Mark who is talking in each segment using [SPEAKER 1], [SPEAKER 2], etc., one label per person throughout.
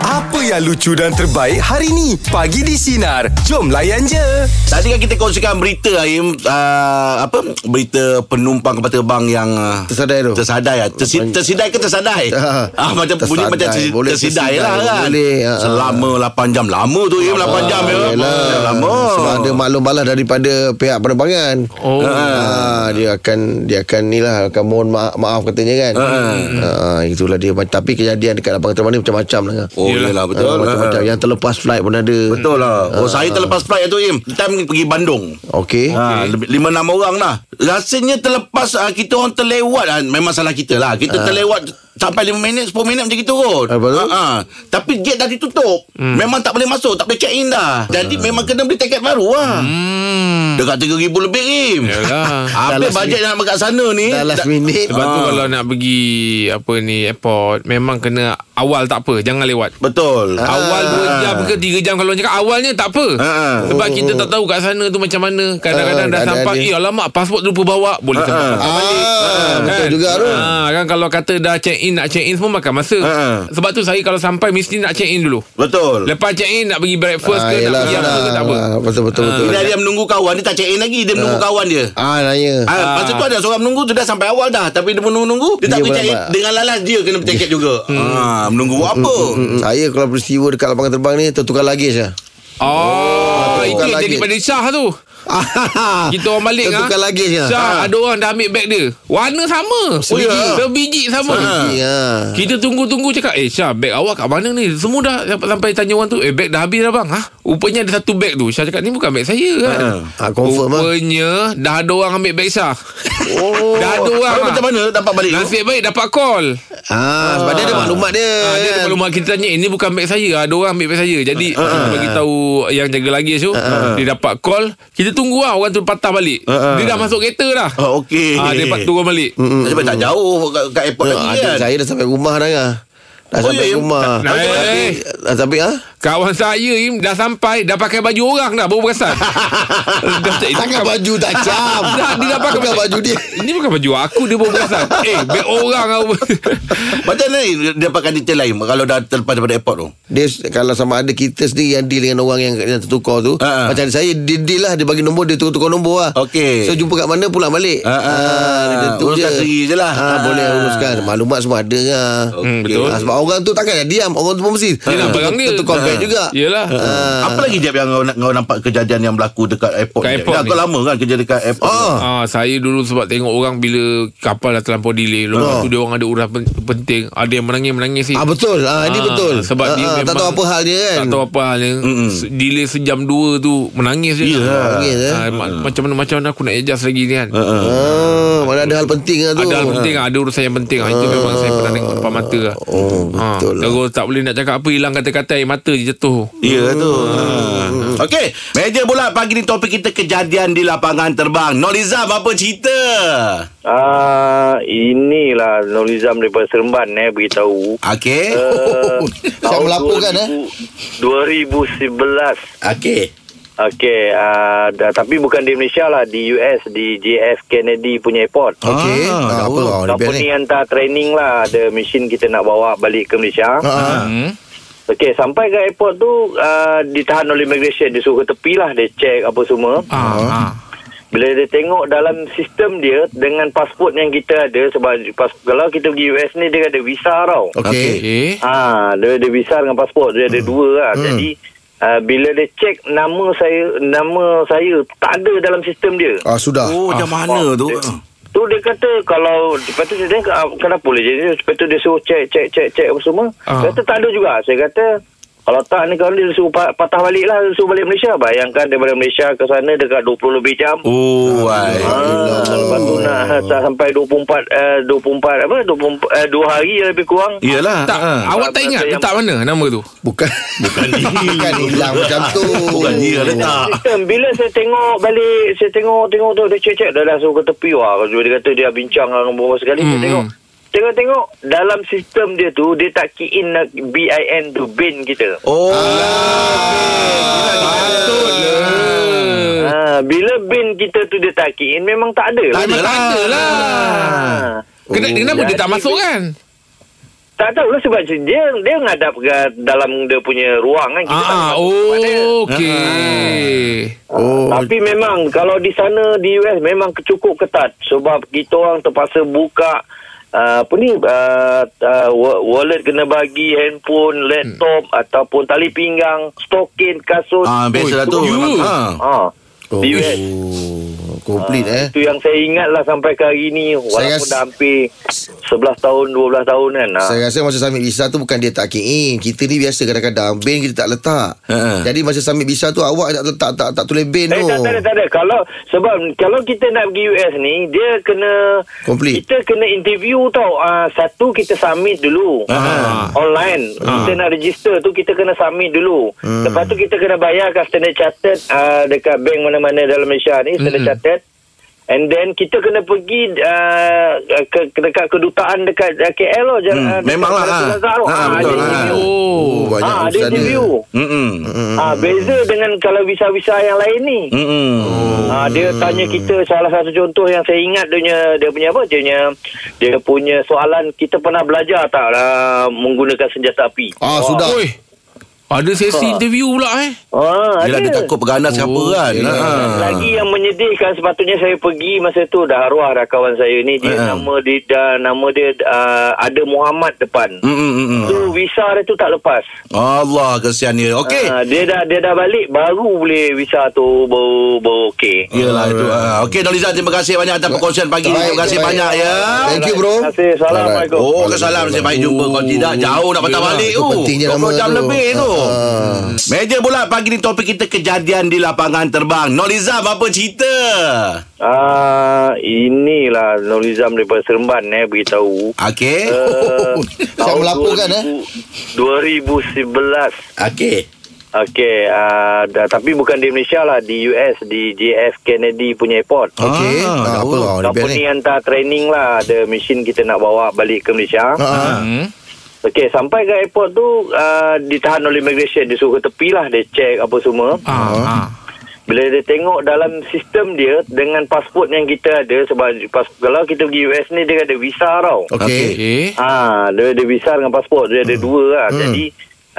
[SPEAKER 1] Apa yang lucu dan terbaik hari ni? Pagi di Sinar. Jom layan je.
[SPEAKER 2] Tadi kan kita kongsikan berita Aim uh, apa berita penumpang kapal terbang yang uh,
[SPEAKER 3] Tersadai tu.
[SPEAKER 2] Tersadai ah. Tersi, tersidai ke tersadai?
[SPEAKER 3] Ah,
[SPEAKER 2] ah macam bunyi
[SPEAKER 3] tersadai.
[SPEAKER 2] macam tersi,
[SPEAKER 3] Boleh
[SPEAKER 2] tersidai,
[SPEAKER 3] tersidai,
[SPEAKER 2] lah kan.
[SPEAKER 3] boleh, ah.
[SPEAKER 2] Selama 8 jam lama tu Aim 8 jam ya.
[SPEAKER 3] Yelah.
[SPEAKER 2] Lama.
[SPEAKER 3] Sebab ada maklum balas daripada pihak penerbangan.
[SPEAKER 4] Oh.
[SPEAKER 3] Ha, dia akan dia akan ni lah akan mohon maaf, maaf katanya kan. Ha. itulah dia tapi kejadian dekat lapangan terbang ni macam-macam lah.
[SPEAKER 2] Oh yelah, betul.
[SPEAKER 3] Ha, macam-macam yang terlepas flight pun ada.
[SPEAKER 2] Betul lah. Oh,
[SPEAKER 3] Ah,
[SPEAKER 2] saya terlepas flight tu Im. Time pergi Bandung.
[SPEAKER 3] Okey.
[SPEAKER 2] Ha, lebih- lima enam orang lah Rasanya terlepas uh, Kita orang terlewat uh, Memang salah kita lah Kita terlewat Sampai lima minit sepuluh minit macam gitu kot
[SPEAKER 3] Lepas tu?
[SPEAKER 2] ha. Tapi gate dah ditutup hmm. Memang tak boleh masuk Tak boleh check in dah Jadi memang kena beli tiket baru lah hmm. Dekat RM3,000 lebih Im
[SPEAKER 4] Yalah.
[SPEAKER 2] Habis bajet nak dekat sana ni
[SPEAKER 3] Dah last minute.
[SPEAKER 4] Sebab tu kalau nak pergi apa ni airport memang kena awal tak apa jangan lewat.
[SPEAKER 2] Betul
[SPEAKER 3] Ah.
[SPEAKER 2] Ah,
[SPEAKER 4] Awal 2 jam ke 3 jam kalau orang cakap awalnya tak apa.
[SPEAKER 2] Ha.
[SPEAKER 3] Oh,
[SPEAKER 4] Sebab kita tak tahu kat sana tu macam mana. Kadang-kadang
[SPEAKER 3] Ha,
[SPEAKER 4] dah
[SPEAKER 3] ada-
[SPEAKER 4] sampai
[SPEAKER 3] ada.
[SPEAKER 4] eh alamak pasport lupa bawa boleh sampai patah balik.
[SPEAKER 3] Ah, betul juga tu. Ah,
[SPEAKER 4] Ha, kan kalau kata dah check in nak check in semua makan masa.
[SPEAKER 2] Ha.
[SPEAKER 4] Sebab tu saya kalau sampai mesti nak check in dulu.
[SPEAKER 2] Betul
[SPEAKER 4] Lepas check in nak pergi breakfast
[SPEAKER 3] Ah,
[SPEAKER 4] ke nak
[SPEAKER 3] yelah,
[SPEAKER 4] pergi apa ke
[SPEAKER 3] senang.
[SPEAKER 4] tak apa.
[SPEAKER 3] Ah, Betul betul betul.
[SPEAKER 2] Bila dia menunggu kawan Dia tak check in lagi Dia menunggu kawan dia
[SPEAKER 3] Ah nanya.
[SPEAKER 2] Ah, ha, masa tu ada seorang menunggu tu dah sampai awal dah tapi dia menunggu dia tak
[SPEAKER 3] Dia
[SPEAKER 2] boleh cari
[SPEAKER 3] berlambat.
[SPEAKER 2] dengan lalas dia kena bercakap juga. Ha, menunggu buat apa?
[SPEAKER 3] Hmm, saya kalau peristiwa dekat lapangan terbang ni tertukar luggage lah.
[SPEAKER 4] Oh, Ah, itu
[SPEAKER 3] bukan
[SPEAKER 4] yang
[SPEAKER 3] lagi.
[SPEAKER 4] jadi pada Syah tu. Kita orang balik ah.
[SPEAKER 3] Tertukar luggage lah.
[SPEAKER 4] Syah,
[SPEAKER 3] Ah. Oh, ya.
[SPEAKER 4] ada orang dah ambil beg dia. Warna sama.
[SPEAKER 2] Sebiji.
[SPEAKER 4] Sebiji sama.
[SPEAKER 3] Biji, ah.
[SPEAKER 4] Kita tunggu-tunggu cakap Eh Syah beg awak kat mana ni Semua dah sampai- Sampai tanya orang tu Eh beg dah habis dah bang ha? Rupanya ada satu beg tu Syah cakap ni bukan beg saya kan
[SPEAKER 3] Ah, confirm lah.
[SPEAKER 4] Rupanya Dah ada orang ambil beg Syah
[SPEAKER 3] Oh.
[SPEAKER 4] Dah ada orang
[SPEAKER 2] Tapi
[SPEAKER 4] ah.
[SPEAKER 2] macam mana dapat balik? tu?
[SPEAKER 4] Nasib baik dapat call
[SPEAKER 3] Ah, sebab dia ada maklumat dia.
[SPEAKER 4] Ah, dia ada
[SPEAKER 3] kan.
[SPEAKER 4] maklumat kita tanya ini bukan beg saya ada orang ambil beg saya jadi uh, kita bagi tahu yang jaga lagi tu dia dapat call kita tunggu lah orang tu patah balik dia dah masuk kereta dah
[SPEAKER 2] Oh, okey. Hmm,
[SPEAKER 4] Ah, dia dapat turun balik
[SPEAKER 2] Sebab tak jauh kat, kat airport
[SPEAKER 3] Ah,
[SPEAKER 2] lagi
[SPEAKER 3] adik
[SPEAKER 2] kan.
[SPEAKER 3] saya dah sampai rumah dah kan. Dah
[SPEAKER 2] Oh,
[SPEAKER 3] sampai
[SPEAKER 2] ya, ya.
[SPEAKER 3] rumah.
[SPEAKER 4] Nah, eh,
[SPEAKER 3] Tapi,
[SPEAKER 4] eh.
[SPEAKER 3] ah, tapi ah.
[SPEAKER 4] Kawan saya Im, dah sampai Dah pakai baju orang dah Baru perasan dah, tak- itu
[SPEAKER 3] Tangan
[SPEAKER 4] bukan-
[SPEAKER 3] baju tak cam.
[SPEAKER 4] dah, Dia dah pakai
[SPEAKER 3] Bukan baju dia.
[SPEAKER 4] Ini bukan baju aku Dia baru perasan Eh beg orang aku.
[SPEAKER 2] Macam mana dia pakai detail lain kalau dah terlepas daripada airport tu?
[SPEAKER 3] Dia s- kalau sama ada kita sendiri yang deal dengan orang yang, yang tertukar
[SPEAKER 4] Ha,
[SPEAKER 3] tu
[SPEAKER 2] Ah, ah.
[SPEAKER 3] Macam saya dia deal lah Dia bagi nombor Dia tukar-tukar nombor lah
[SPEAKER 2] Okey.
[SPEAKER 3] So jumpa kat mana pulang balik
[SPEAKER 4] Ha,
[SPEAKER 2] Ah, ah.
[SPEAKER 3] dia tu
[SPEAKER 2] Uruskan sendiri je lah.
[SPEAKER 3] Ah,
[SPEAKER 2] Ah.
[SPEAKER 3] Boleh uruskan Maklumat semua ada lah
[SPEAKER 4] Hmm, betul.
[SPEAKER 3] Ah, Sebab orang tu takkan nak diam Orang tu pun mesti
[SPEAKER 4] Yelah, barang dia. Ha. Ya.
[SPEAKER 3] Tertukar beg juga
[SPEAKER 4] Yelah
[SPEAKER 3] Ah.
[SPEAKER 2] Apa lagi Jeb yang kau, kau nampak kejadian yang berlaku dekat airport?
[SPEAKER 4] Kat
[SPEAKER 2] Jeb?
[SPEAKER 4] airport
[SPEAKER 2] dah
[SPEAKER 4] ni.
[SPEAKER 2] kau lama kan kerja dekat airport.
[SPEAKER 3] Ah.
[SPEAKER 2] ni?
[SPEAKER 4] Ah, saya dulu sebab tengok orang bila kapal dah terlampau delay. Lepas
[SPEAKER 3] Ah.
[SPEAKER 4] tu dia orang ada urusan pen- penting. Ada yang menangis-menangis ni.
[SPEAKER 3] Ah betul. Ah, ini
[SPEAKER 4] Ah,
[SPEAKER 3] betul.
[SPEAKER 4] Sebab
[SPEAKER 3] ah,
[SPEAKER 4] dia
[SPEAKER 3] ah,
[SPEAKER 4] memang
[SPEAKER 3] tak tahu apa hal dia kan.
[SPEAKER 4] Tak tahu apa hal dia Se- Delay sejam dua tu Menangis dia
[SPEAKER 2] Yelah.
[SPEAKER 3] Menangis, eh.
[SPEAKER 4] Ah, ma- Macam mana Macam mana aku nak adjust lagi ni
[SPEAKER 2] ah.
[SPEAKER 4] kan
[SPEAKER 2] Oh.
[SPEAKER 3] Ah, mana ada hal penting lah tu.
[SPEAKER 4] Ada hal penting Ada urusan yang penting ah. Itu memang saya pernah tengok Depan mata lah
[SPEAKER 3] Oh, betul lah.
[SPEAKER 4] Terus tak boleh nak cakap apa Hilang kata-kata Air mata je jatuh
[SPEAKER 2] Ya tu. Hmm. Okey, meja bola pagi ni topik kita kejadian di lapangan terbang. Nolizam apa cerita?
[SPEAKER 5] Ah, inilah Nolizam daripada Seremban eh beritahu.
[SPEAKER 2] Okey.
[SPEAKER 3] Oh, Ah.
[SPEAKER 5] Uh,
[SPEAKER 3] Saya melaporkan, eh.
[SPEAKER 5] 2011.
[SPEAKER 2] Okey.
[SPEAKER 5] Okey, uh, dah, tapi bukan di Malaysia lah, di US, di JF Kennedy punya airport.
[SPEAKER 3] Okey. Ah, apa?
[SPEAKER 2] Ah,
[SPEAKER 3] Oh, lebih ni.
[SPEAKER 5] Company hantar training lah Ada mesin kita nak bawa balik ke Malaysia
[SPEAKER 3] Ah,
[SPEAKER 4] hmm?
[SPEAKER 5] Okey sampai ke airport tu uh, Ditahan oleh immigration Dia suruh ke tepi lah Dia check apa semua
[SPEAKER 4] ah, ah.
[SPEAKER 5] Bila dia tengok dalam sistem dia Dengan pasport yang kita ada Sebab pas, kalau kita pergi US ni Dia ada visa tau
[SPEAKER 3] Okey.
[SPEAKER 4] Okay
[SPEAKER 5] Ah, dia ada visa dengan pasport dia ada dua lah. Hmm. Jadi uh, bila dia check nama saya nama saya tak ada dalam sistem dia.
[SPEAKER 3] Ah, sudah.
[SPEAKER 2] Oh, macam mana tu?
[SPEAKER 5] Tu dia kata kalau lepas tu dia tengok ah, kenapa boleh jadi lepas tu dia suruh check check check check apa semua.
[SPEAKER 4] Ah.
[SPEAKER 5] Dia kata tak ada juga. Saya kata kalau tak ni kalau dia suruh pa- patah balik lah dia suruh balik Malaysia. Bayangkan daripada Malaysia ke sana dekat 20 lebih jam.
[SPEAKER 2] Oh, wai.
[SPEAKER 5] Ah, lepas tu nak ah, sampai 24 uh, 24 apa 24 uh, 2 hari lebih kurang.
[SPEAKER 2] Iyalah.
[SPEAKER 4] tak, Awak tak
[SPEAKER 5] Bahasa
[SPEAKER 4] ingat
[SPEAKER 5] yang-
[SPEAKER 4] Letak mana nama tu
[SPEAKER 3] Ah, Bukan. Bukan Bukan hilang macam tu.
[SPEAKER 2] Bukan dia
[SPEAKER 5] lah.
[SPEAKER 2] letak.
[SPEAKER 5] Sistem bila saya tengok balik saya tengok tengok tu dia cek-cek dah dah suruh ke tepi wah kalau dia kata dia bincang dengan beberapa sekali mm. saya
[SPEAKER 4] Hmm.
[SPEAKER 5] tengok tengok-tengok dalam sistem dia tu dia tak key in nak BIN tu bin kita
[SPEAKER 2] Oh.
[SPEAKER 4] Betul lah
[SPEAKER 5] ha, bila bin kita tu dia tak key in memang tak ada
[SPEAKER 4] Tak ada lah
[SPEAKER 5] ha.
[SPEAKER 4] Kena- Kenapa dia tak
[SPEAKER 5] Jadi,
[SPEAKER 4] masuk kan
[SPEAKER 5] Tak tahulah sebab dia dia ngadap ke dalam dia punya ruang kan. Kita tak
[SPEAKER 4] Ah, ah,
[SPEAKER 5] tahu mana.
[SPEAKER 4] oh, okey.
[SPEAKER 3] Oh.
[SPEAKER 5] Tapi memang kalau di sana di US memang cukup ketat sebab kita orang terpaksa buka uh, apa ni uh, uh, wa- wallet kena bagi handphone, laptop hmm. ataupun tali pinggang, stokin, kasut.
[SPEAKER 2] Ah, biasalah tu.
[SPEAKER 4] you.
[SPEAKER 2] Memang, ha.
[SPEAKER 5] Ah.
[SPEAKER 3] Oh.
[SPEAKER 5] Di US.
[SPEAKER 3] Komplit eh.
[SPEAKER 5] Itu yang saya ingat lah sampai ke hari ni walaupun
[SPEAKER 3] rasa-
[SPEAKER 5] dah hampir 11 tahun 12 tahun kan. Ah.
[SPEAKER 3] Saya rasa masa submit visa tu bukan dia tak key in. Kita ni biasa kadang-kadang bin kita tak letak.
[SPEAKER 2] Ha.
[SPEAKER 3] Jadi masa submit visa tu awak tak tak tak, tak tulis bin
[SPEAKER 5] Eh,
[SPEAKER 3] tu.
[SPEAKER 5] tak, tak ada, tak ada. Kalau sebab kalau kita nak pergi US ni, dia kena
[SPEAKER 3] Complete.
[SPEAKER 5] kita kena interview tau. Uh, satu kita submit dulu.
[SPEAKER 2] Ah. Hmm.
[SPEAKER 5] Online. Kita nak register tu kita kena submit dulu. Lepas tu kita kena bayar kat Standard Chartered uh, dekat bank mana-mana dalam Malaysia ni, Standard
[SPEAKER 2] Hmm.
[SPEAKER 5] Chartered. And then kita kena pergi uh, ke, ke dekat kedutaan dekat uh, KL lah.
[SPEAKER 2] Hmm, memanglah, ah. Ah, betul, ah.
[SPEAKER 3] Oh, banyak
[SPEAKER 5] Ah, ada
[SPEAKER 3] urusan dia.
[SPEAKER 5] interview.
[SPEAKER 2] Mm-mm.
[SPEAKER 5] Ah, beza dengan kalau visa-visa yang lain ni.
[SPEAKER 2] Mm-mm.
[SPEAKER 3] Oh.
[SPEAKER 5] Ha, dia tanya kita salah satu contoh yang saya ingat dia punya dia punya apa dia punya dia punya soalan kita pernah belajar tak uh, menggunakan senjata api.
[SPEAKER 3] Ah, sudah.
[SPEAKER 4] Oi. Ada sesi interview pula eh.
[SPEAKER 5] Ah,
[SPEAKER 2] Yelah dia
[SPEAKER 5] ada.
[SPEAKER 2] takut peganas oh, siapa kan.
[SPEAKER 3] yelah.
[SPEAKER 2] Ha.
[SPEAKER 5] Lagi yang menyedihkan sepatutnya saya pergi masa tu dah arwah dah kawan saya ni dia
[SPEAKER 2] Ah.
[SPEAKER 5] nama dia dah, nama dia uh, ada Muhammad depan.
[SPEAKER 2] Mm-mm. mm-mm.
[SPEAKER 5] Tu visa dia tu tak lepas.
[SPEAKER 2] Allah kesian dia. Okey.
[SPEAKER 5] Ah, dia dah dia dah balik baru boleh visa tu baru baru okey.
[SPEAKER 2] Yelah itu. ah. Okey Doliza terima kasih banyak atas perkongsian pagi. ni. Terima kasih
[SPEAKER 3] Baik.
[SPEAKER 2] banyak ya.
[SPEAKER 3] Thank you bro.
[SPEAKER 5] Terima kasih. Assalamualaikum.
[SPEAKER 2] Oh, kesalam saya baik jumpa Kalau tidak jauh nak patah balik
[SPEAKER 3] itu
[SPEAKER 2] tu.
[SPEAKER 3] pentingnya nama
[SPEAKER 2] 20 jam
[SPEAKER 3] tu.
[SPEAKER 2] lebih tu.
[SPEAKER 3] Ah, ah.
[SPEAKER 2] Meja bulat pagi ni topik kita kejadian di lapangan terbang. Noliza apa cerita?
[SPEAKER 5] Ah, inilah Nurizam daripada Seremban eh beritahu.
[SPEAKER 2] Okey.
[SPEAKER 5] Uh,
[SPEAKER 3] Oh, Siap melaporkan, eh?
[SPEAKER 5] 2011.
[SPEAKER 2] Okey.
[SPEAKER 5] Okey, uh, dah, tapi bukan di Malaysia lah, di US, di JF Kennedy punya airport.
[SPEAKER 3] Okey. Ah,
[SPEAKER 2] Ah,
[SPEAKER 3] apa kau ni
[SPEAKER 5] Company
[SPEAKER 3] ni?
[SPEAKER 5] hantar training lah, ada mesin kita nak bawa balik ke Malaysia.
[SPEAKER 3] Ha.
[SPEAKER 4] Hmm.
[SPEAKER 5] Okey, sampai ke airport tu, uh, ditahan oleh immigration, dia suruh ke tepi lah, dia check apa semua.
[SPEAKER 4] Ah, ah.
[SPEAKER 5] Bila dia tengok dalam sistem dia, dengan pasport yang kita ada, sebab pas, kalau kita pergi US ni, dia ada visa tau.
[SPEAKER 3] Okey.
[SPEAKER 4] Okey.
[SPEAKER 5] Ah, dia ada visa dengan pasport. Dia ada dua lah. Hmm. Jadi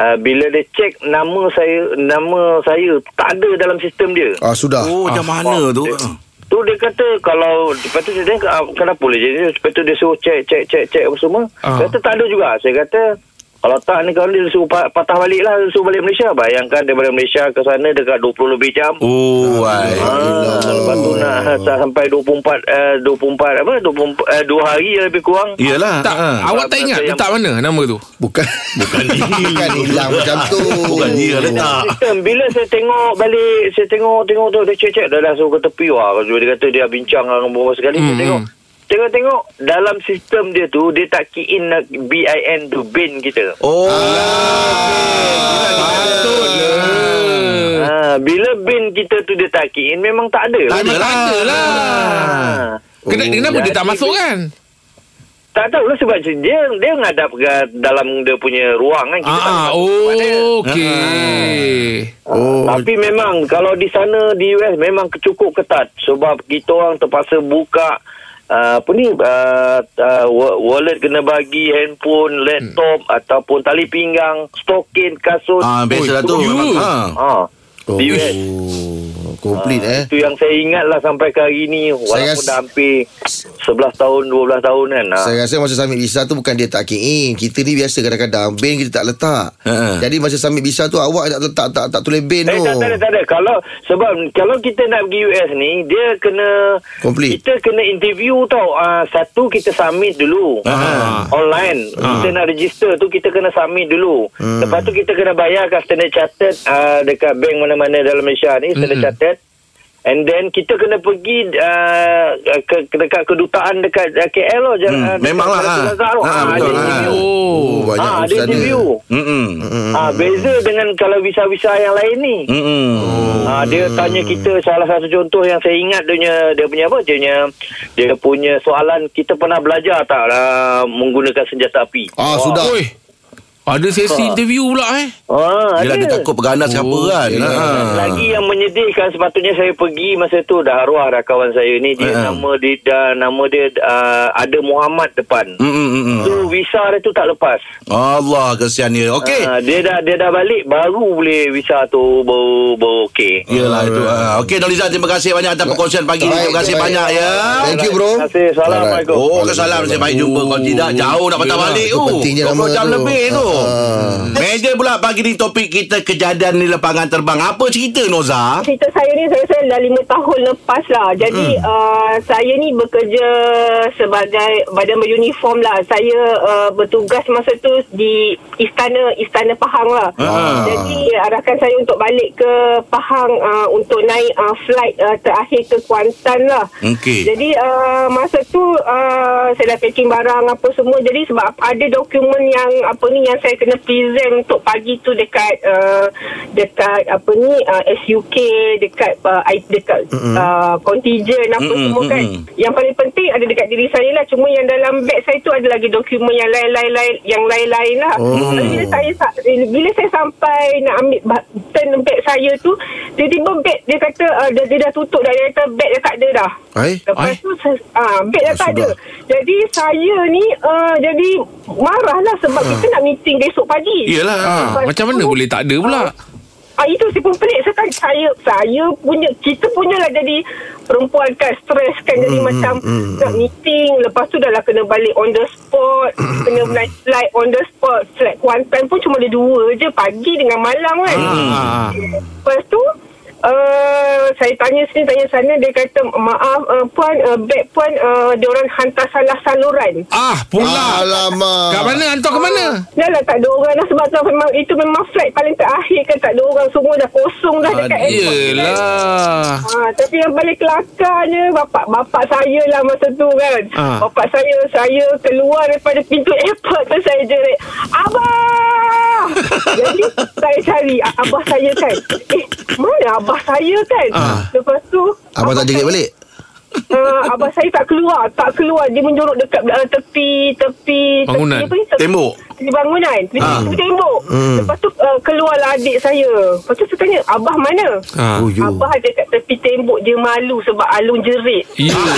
[SPEAKER 5] uh, bila dia cek nama saya nama saya tak ada dalam sistem dia.
[SPEAKER 3] Ah sudah.
[SPEAKER 2] Oh, macam mana tu?
[SPEAKER 5] Tu dia kata kalau lepas tu saya tengok ah, kenapa boleh jadi lepas tu dia suruh cek cek cek cek apa semua.
[SPEAKER 4] Ah.
[SPEAKER 5] Dia Kata tak ada juga. Saya kata kalau tak ni kalau dia suruh pa- patah balik lah dia suruh balik Malaysia. Bayangkan daripada Malaysia ke sana dekat 20 lebih jam.
[SPEAKER 2] Oh, ai.
[SPEAKER 5] Ah, lepas tu nak sa- sampai 24 uh, 24 apa 24 uh, 2 hari lebih kurang.
[SPEAKER 2] Iyalah.
[SPEAKER 4] Tak,
[SPEAKER 2] Ah.
[SPEAKER 4] awak tak ingat
[SPEAKER 5] Yang-
[SPEAKER 4] letak mana nama tu?
[SPEAKER 3] Bukan bukan bukan kan hilang macam tu.
[SPEAKER 2] Bukan lah, dia letak.
[SPEAKER 5] Sistem bila saya tengok balik saya tengok tengok tu dia cek-cek dah langsung ke tepi wah kalau dia kata dia bincang dengan beberapa sekali saya
[SPEAKER 4] Hmm,
[SPEAKER 5] tengok
[SPEAKER 4] hmm.
[SPEAKER 5] tengok-tengok dalam sistem dia tu dia tak key in nak BIN tu bin kita Ah,
[SPEAKER 2] Oh. lah.
[SPEAKER 4] Betul.
[SPEAKER 5] ha, bila bin kita tu dia tak key in memang tak ada
[SPEAKER 2] Tak
[SPEAKER 5] lah
[SPEAKER 2] ada
[SPEAKER 4] Memang tak
[SPEAKER 2] lah.
[SPEAKER 4] ada lah.
[SPEAKER 5] ha.
[SPEAKER 4] Kena- Kenapa dia
[SPEAKER 5] Jadi-
[SPEAKER 4] tak masuk kan?
[SPEAKER 5] tak tahulah sebab dia dia ngadap ke dalam dia punya ruang kan
[SPEAKER 4] Ah,
[SPEAKER 5] tak
[SPEAKER 4] ah,
[SPEAKER 5] tahu tempat dia.
[SPEAKER 4] oh, okey.
[SPEAKER 3] Oh.
[SPEAKER 5] Tapi memang kalau di sana di US memang cukup ketat sebab kita orang terpaksa buka uh, apa ni uh, uh, wa- wallet kena bagi handphone, laptop hmm. ataupun tali pinggang, stokin, kasut.
[SPEAKER 2] Ah, biasalah tu.
[SPEAKER 4] Oh, you.
[SPEAKER 2] Memang- Ha.
[SPEAKER 5] Ha.
[SPEAKER 3] Oh.
[SPEAKER 5] Di US.
[SPEAKER 3] Komplit eh.
[SPEAKER 5] Itu yang saya ingat lah sampai ke hari ni walaupun
[SPEAKER 3] Saya rasa-
[SPEAKER 5] dah hampir 11 tahun 12 tahun kan. Ha.
[SPEAKER 3] Saya rasa masa submit visa tu bukan dia tak key in. Kita ni biasa kadang-kadang bin kita tak letak.
[SPEAKER 2] Ha.
[SPEAKER 3] Jadi masa submit visa tu awak tak letak tak tak tulis
[SPEAKER 5] Eh,
[SPEAKER 3] bin tu.
[SPEAKER 5] tak, tak ada, tak ada. Kalau sebab kalau kita nak pergi US ni, dia kena
[SPEAKER 3] Complete.
[SPEAKER 5] kita kena interview tau. Uh, satu kita submit dulu.
[SPEAKER 2] Ah. Hmm.
[SPEAKER 5] Online. Kita nak register tu kita kena submit dulu. Lepas tu kita kena bayar kat Standard Chartered uh, dekat bank mana-mana dalam Malaysia ni, Standard Chartered. And then kita kena pergi uh, ke, ke dekat kedutaan dekat uh, KL lah. Hmm.
[SPEAKER 2] Hmm, memanglah, ah. Ah, betul, ah.
[SPEAKER 3] Oh,
[SPEAKER 4] Oh.
[SPEAKER 3] banyak
[SPEAKER 5] Ah,
[SPEAKER 3] urusan
[SPEAKER 5] dia interview.
[SPEAKER 2] Mm-mm.
[SPEAKER 5] Ah, beza dengan kalau visa-visa yang lain ni.
[SPEAKER 2] Mm-mm.
[SPEAKER 5] Ha, dia tanya kita salah satu contoh yang saya ingat dia punya, dia punya apa dia punya, dia punya soalan kita pernah belajar tak uh, menggunakan ah, senjata api.
[SPEAKER 3] Ah sudah.
[SPEAKER 4] Oi. Ada sesi interview pula eh.
[SPEAKER 5] Ah,
[SPEAKER 2] Yelah dia takut perganas ke apa
[SPEAKER 4] Oh,
[SPEAKER 2] kan
[SPEAKER 3] yelah.
[SPEAKER 2] Ha.
[SPEAKER 5] Lagi yang menyedihkan sepatutnya saya pergi masa tu dah arwah dah kawan saya ni dia
[SPEAKER 2] Ha.
[SPEAKER 5] nama dia dah, nama dia uh, ada Muhammad depan.
[SPEAKER 2] Mm, mm, mm, mm.
[SPEAKER 5] So visa dia tu tak lepas.
[SPEAKER 2] Allah kesian dia Okey
[SPEAKER 5] Ah, dia dah dia dah balik baru boleh visa tu baru baru okey.
[SPEAKER 2] Yelah itu ha. Okey Noliza terima kasih banyak Atas perkongsian pagi ni
[SPEAKER 3] Baik,
[SPEAKER 2] Terima kasih
[SPEAKER 3] baik.
[SPEAKER 2] banyak ya
[SPEAKER 3] Thank you bro.
[SPEAKER 5] Terima kasih. Assalamualaikum.
[SPEAKER 2] Oh kesalam Saya baik jumpa Kalau tidak jauh nak patah
[SPEAKER 4] Yelah,
[SPEAKER 2] balik
[SPEAKER 3] itu
[SPEAKER 2] tu
[SPEAKER 3] lah, pentingnya nama
[SPEAKER 2] 20 jam
[SPEAKER 3] tu.
[SPEAKER 2] lebih tu
[SPEAKER 3] Ah.
[SPEAKER 2] Meja pula pagi ni Topik kita kejadian di lapangan terbang Apa cerita Noza?
[SPEAKER 6] Cerita saya ni saya, saya dah lima tahun lepas lah. Jadi hmm. uh, saya ni bekerja sebagai badan beruniform lah. Saya uh, bertugas masa tu di istana Istana Pahang lah.
[SPEAKER 2] Ah.
[SPEAKER 6] Jadi arahkan saya untuk balik ke Pahang uh, untuk naik uh, flight uh, terakhir ke Kuantan lah.
[SPEAKER 2] Okey.
[SPEAKER 6] Jadi uh, masa tu uh, saya dah packing barang apa semua. Jadi sebab ada dokumen yang apa ni yang saya kena present untuk pagi tu dekat uh, dekat apa ni uh, SUK dekat uh, I- dekat uh, contingent apa
[SPEAKER 2] Mm-mm,
[SPEAKER 6] semua kan.
[SPEAKER 2] mm-mm.
[SPEAKER 6] Yang paling penting ada dekat diri saya lah. Cuma yang dalam beg saya tu ada lagi dokumen yang lain-lain yang lain-lain lah.
[SPEAKER 3] Oh.
[SPEAKER 6] Tapi bila saya sa- bila saya sampai nak ambil ba- turn beg saya tu tiba-tiba beg dia kata uh, dia, dia dah tutup dah dia kata beg dia tak ada dah.
[SPEAKER 3] Hai.
[SPEAKER 6] Lepas
[SPEAKER 4] Ai.
[SPEAKER 6] tu saya- ah beg dah
[SPEAKER 3] Ah,
[SPEAKER 6] tak ada.
[SPEAKER 3] sudah.
[SPEAKER 6] Jadi saya ni uh, jadi marahlah sebab kita nak meeting besok pagi.
[SPEAKER 4] Yelah ha.
[SPEAKER 6] Lepas
[SPEAKER 4] Macam mana
[SPEAKER 6] tu,
[SPEAKER 4] boleh tak ada pula
[SPEAKER 6] Ah itu si pun pelik saya tak- saya saya punya kita punyalah jadi perempuan kan stres kan jadi macam nak meeting lepas tu dah lah kena balik on the spot kena naik flight on the spot flight Kuantan pun cuma ada dua je pagi dengan malam kan
[SPEAKER 2] Ah.
[SPEAKER 6] lepas tu Uh, saya tanya sini tanya sana dia kata maaf uh, puan uh, beg puan uh, diorang hantar salah saluran
[SPEAKER 4] Ah pula
[SPEAKER 3] Alamak.
[SPEAKER 4] Kat mana hantar ke mana
[SPEAKER 6] Dah lah tak ada orang dah sebab tu memang itu memang flight paling terakhir kan tak ada orang semua dah kosong dah dekat airport tu kan.
[SPEAKER 4] Yelah
[SPEAKER 6] Ha, tapi yang paling kelakarnya bapak bapak saya lah masa tu kan.
[SPEAKER 4] Ha.
[SPEAKER 6] Ha. Bapak saya saya keluar daripada pintu airport tu saya jerit, "Abah!" Jadi saya cari a- abah saya kan. Eh, mana abah saya kan?
[SPEAKER 4] Ha.
[SPEAKER 6] Lepas tu
[SPEAKER 3] Abang tak jerit
[SPEAKER 6] saya-
[SPEAKER 3] balik?
[SPEAKER 6] Uh, abah saya tak keluar, tak keluar. Dia menjorok dekat uh, tepi tepi
[SPEAKER 4] Bangunan.
[SPEAKER 6] Tepi, apa ni? tepi,
[SPEAKER 2] Tembok.
[SPEAKER 6] Tepi bangunan. Tepi,
[SPEAKER 2] Ah.
[SPEAKER 6] tepi tembok.
[SPEAKER 3] Hmm.
[SPEAKER 6] Lepas tu uh, keluarlah adik saya. Lepas tu saya tanya, "Abah mana?"
[SPEAKER 4] ha.
[SPEAKER 2] Ah.
[SPEAKER 3] Oh, you.
[SPEAKER 6] Abah ada kat tepi tembok dia malu sebab alung jerit.
[SPEAKER 4] Yelah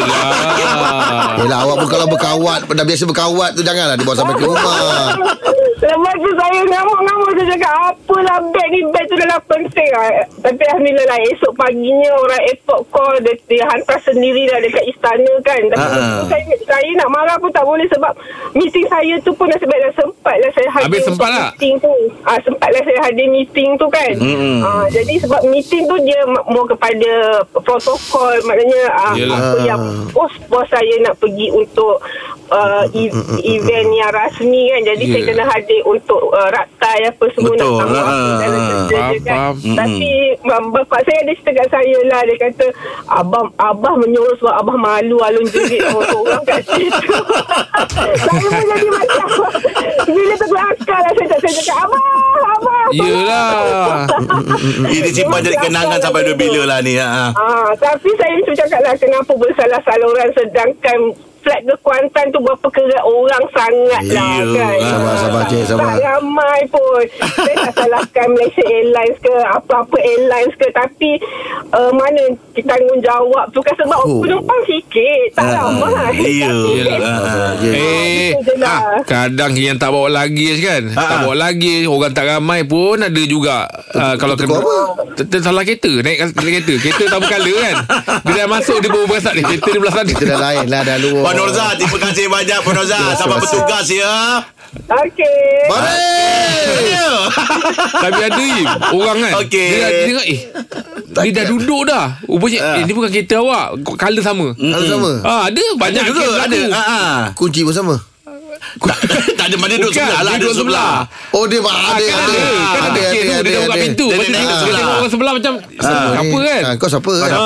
[SPEAKER 3] Yelah awak pun kalau berkawat Dah biasa berkawat tu Janganlah dibawa sampai ke rumah
[SPEAKER 6] Lepas tu saya ngamuk-ngamuk Saya cakap Apalah beg ni Beg tu adalah penting lah. Tapi Alhamdulillah lah Esok paginya Orang airport call Dia, dia hantar sendiri lah Dekat istana kan Tapi
[SPEAKER 2] Ha-ha.
[SPEAKER 3] Ah,
[SPEAKER 6] uh-huh. saya, saya nak marah pun tak boleh Sebab Meeting saya tu pun Nasib baik dah sempat lah Saya hadir
[SPEAKER 4] Habis
[SPEAKER 6] untuk
[SPEAKER 4] sempat tak?
[SPEAKER 6] Meeting tu ah, Sempat lah saya hadir meeting tu kan
[SPEAKER 2] Mm-mm.
[SPEAKER 6] ah, Jadi sebab meeting tu Dia mau kepada Protokol Maknanya ah,
[SPEAKER 4] Yelah.
[SPEAKER 6] Apa yang Bos-bos saya nak pergi Untuk uh, e- Event yang rasmi kan Jadi saya
[SPEAKER 4] Yeah.
[SPEAKER 6] kena hadir untuk uh, raktai apa semua
[SPEAKER 2] Betul,
[SPEAKER 6] nak tahu
[SPEAKER 2] ha,
[SPEAKER 6] apa dalam
[SPEAKER 2] ha,
[SPEAKER 6] kerja
[SPEAKER 4] faham,
[SPEAKER 6] dia kan.
[SPEAKER 4] faham.
[SPEAKER 6] Tapi mm bapak saya ada cakap kat saya lah dia kata abang abah menyuruh sebab abah malu alun jerit orang kat situ. saya pun jadi macam bila terbelakang lah saya tak saya cakap abah abah.
[SPEAKER 4] Yelah
[SPEAKER 3] Hmm.
[SPEAKER 2] Ini simpan jadi kenangan sampai dua bila lah ni ha.
[SPEAKER 6] Ah, tapi saya macam cakap lah kenapa bersalah saluran sedangkan flat ke Kuantan tu berapa kerat orang sangat lah
[SPEAKER 2] Iyo,
[SPEAKER 6] kan.
[SPEAKER 2] ah, sabar,
[SPEAKER 3] Ya, sabar, cik, sabar.
[SPEAKER 6] Tak ramai pun. saya tak salahkan Malaysia Airlines ke apa-apa airlines ke tapi uh, mana tanggungjawab tu kan sebab
[SPEAKER 3] Oh.
[SPEAKER 6] penumpang sikit. Tak ramai.
[SPEAKER 2] Iya
[SPEAKER 3] Ah, je.
[SPEAKER 4] Eh,
[SPEAKER 6] Itu je lah.
[SPEAKER 4] ha, kadang yang tak bawa luggage kan
[SPEAKER 2] Ha,
[SPEAKER 4] Tak
[SPEAKER 2] ha.
[SPEAKER 4] bawa luggage Orang tak ramai pun ada juga uh, Kalau kena
[SPEAKER 3] apa?
[SPEAKER 4] ter- Salah kereta Naik kereta kereta Kereta tak berkala kan Dia dah masuk Dia baru berasap dia Kereta dia belah sana
[SPEAKER 3] Kita dah lain lah Dah luar
[SPEAKER 2] Puan Norza Terima kasih banyak Puan Norza Selamat bertugas ya
[SPEAKER 6] Okey.
[SPEAKER 3] Baik
[SPEAKER 4] Tapi ada Im Orang kan
[SPEAKER 2] Okey.
[SPEAKER 4] Dia dah dia tengok Eh Dia dah duduk dah Rupanya
[SPEAKER 2] Ah.
[SPEAKER 4] eh, Ini bukan kereta awak Color sama
[SPEAKER 3] Kalau sama
[SPEAKER 4] Ah, ada banyak
[SPEAKER 2] Hmm. Ada
[SPEAKER 4] kes
[SPEAKER 2] juga ada.
[SPEAKER 4] berlaku.
[SPEAKER 2] Ha ah.
[SPEAKER 3] Kunci pun sama
[SPEAKER 2] tak ada mana duduk
[SPEAKER 4] Bukan,
[SPEAKER 2] sebelah lah,
[SPEAKER 4] dia
[SPEAKER 2] ada
[SPEAKER 4] duduk
[SPEAKER 2] sebelah.
[SPEAKER 3] Oh dia ada
[SPEAKER 4] Ah,
[SPEAKER 3] Ada
[SPEAKER 4] kan ada Kan
[SPEAKER 3] Ada
[SPEAKER 4] ada kes tu Dia dah buka pintu
[SPEAKER 2] Dia
[SPEAKER 4] Lepas
[SPEAKER 2] naik
[SPEAKER 4] tu dia
[SPEAKER 2] kat
[SPEAKER 4] dia
[SPEAKER 2] sebelah.
[SPEAKER 4] tengok orang sebelah macam Apa kan
[SPEAKER 3] Ah, Kau siapa kan
[SPEAKER 4] Ha,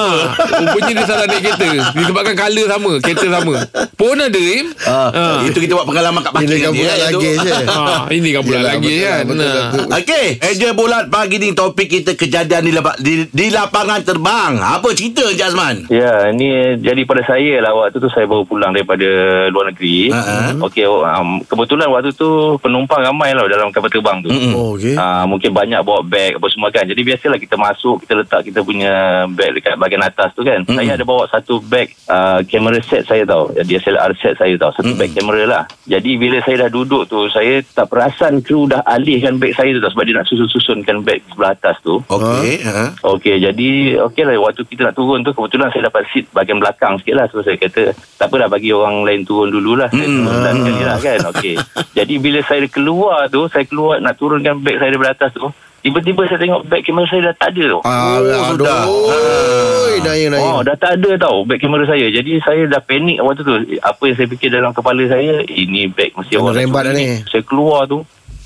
[SPEAKER 4] rupanya dia salah naik kereta Disebabkan colour sama Kereta sama Pun ada Im
[SPEAKER 2] Ah,
[SPEAKER 4] ha.
[SPEAKER 2] Itu kita buat pengalaman kat
[SPEAKER 3] Bila
[SPEAKER 2] parking ya,
[SPEAKER 3] kau buka lagi je
[SPEAKER 4] ha. Ini kan pula
[SPEAKER 3] Yelah,
[SPEAKER 4] lagi
[SPEAKER 3] betul lah,
[SPEAKER 4] kan
[SPEAKER 3] betul,
[SPEAKER 4] Nah.
[SPEAKER 3] betul.
[SPEAKER 2] Okey, Eja Bulat pagi ni topik kita kejadian di, lapa, di, di lapangan terbang. Apa cerita Encik Azman?
[SPEAKER 5] Ya, ni jadi pada saya lah waktu tu saya baru pulang daripada luar negeri.
[SPEAKER 2] Ha, ha.
[SPEAKER 5] Okey, oh, ha,
[SPEAKER 7] um, kebetulan waktu tu penumpang ramai lah dalam kapal terbang tu.
[SPEAKER 2] Mm-mm.
[SPEAKER 3] Oh, okey.
[SPEAKER 7] Uh, mungkin banyak bawa beg apa semua kan. Jadi biasalah kita masuk, kita letak kita punya beg dekat bahagian atas tu kan. Mm-hmm. Saya ada bawa satu beg uh, kamera set saya tau. DSLR set saya tau. Satu mm-hmm. beg kamera lah. Jadi bila saya dah duduk tu, saya tak perasan kru dah alihkan beg saya tu tau. Sebab dia nak susun-susunkan beg sebelah atas tu.
[SPEAKER 2] Okey. Ha?
[SPEAKER 7] Okey, jadi okey lah waktu kita nak turun tu kebetulan saya dapat seat bahagian belakang sikit lah. So saya kata, tak apalah bagi orang lain turun dululah. Saya
[SPEAKER 2] Hmm.
[SPEAKER 7] turun dalam kali lah kan. Okey. jadi bila saya keluar tu, saya keluar nak turunkan beg saya daripada atas tu, tiba-tiba saya tengok beg kamera saya dah tak ada tu.
[SPEAKER 3] Alah,
[SPEAKER 2] Oh, dah.
[SPEAKER 3] aduh. Ah, Oi, Naya, Naya.
[SPEAKER 7] Oh, dah tak ada tau beg kamera saya. Jadi saya dah panik waktu tu. Apa yang saya fikir dalam kepala saya, ini beg mesti
[SPEAKER 3] Kena
[SPEAKER 7] orang nak
[SPEAKER 3] rembat dah
[SPEAKER 7] curi
[SPEAKER 3] ni.
[SPEAKER 7] Saya keluar tu,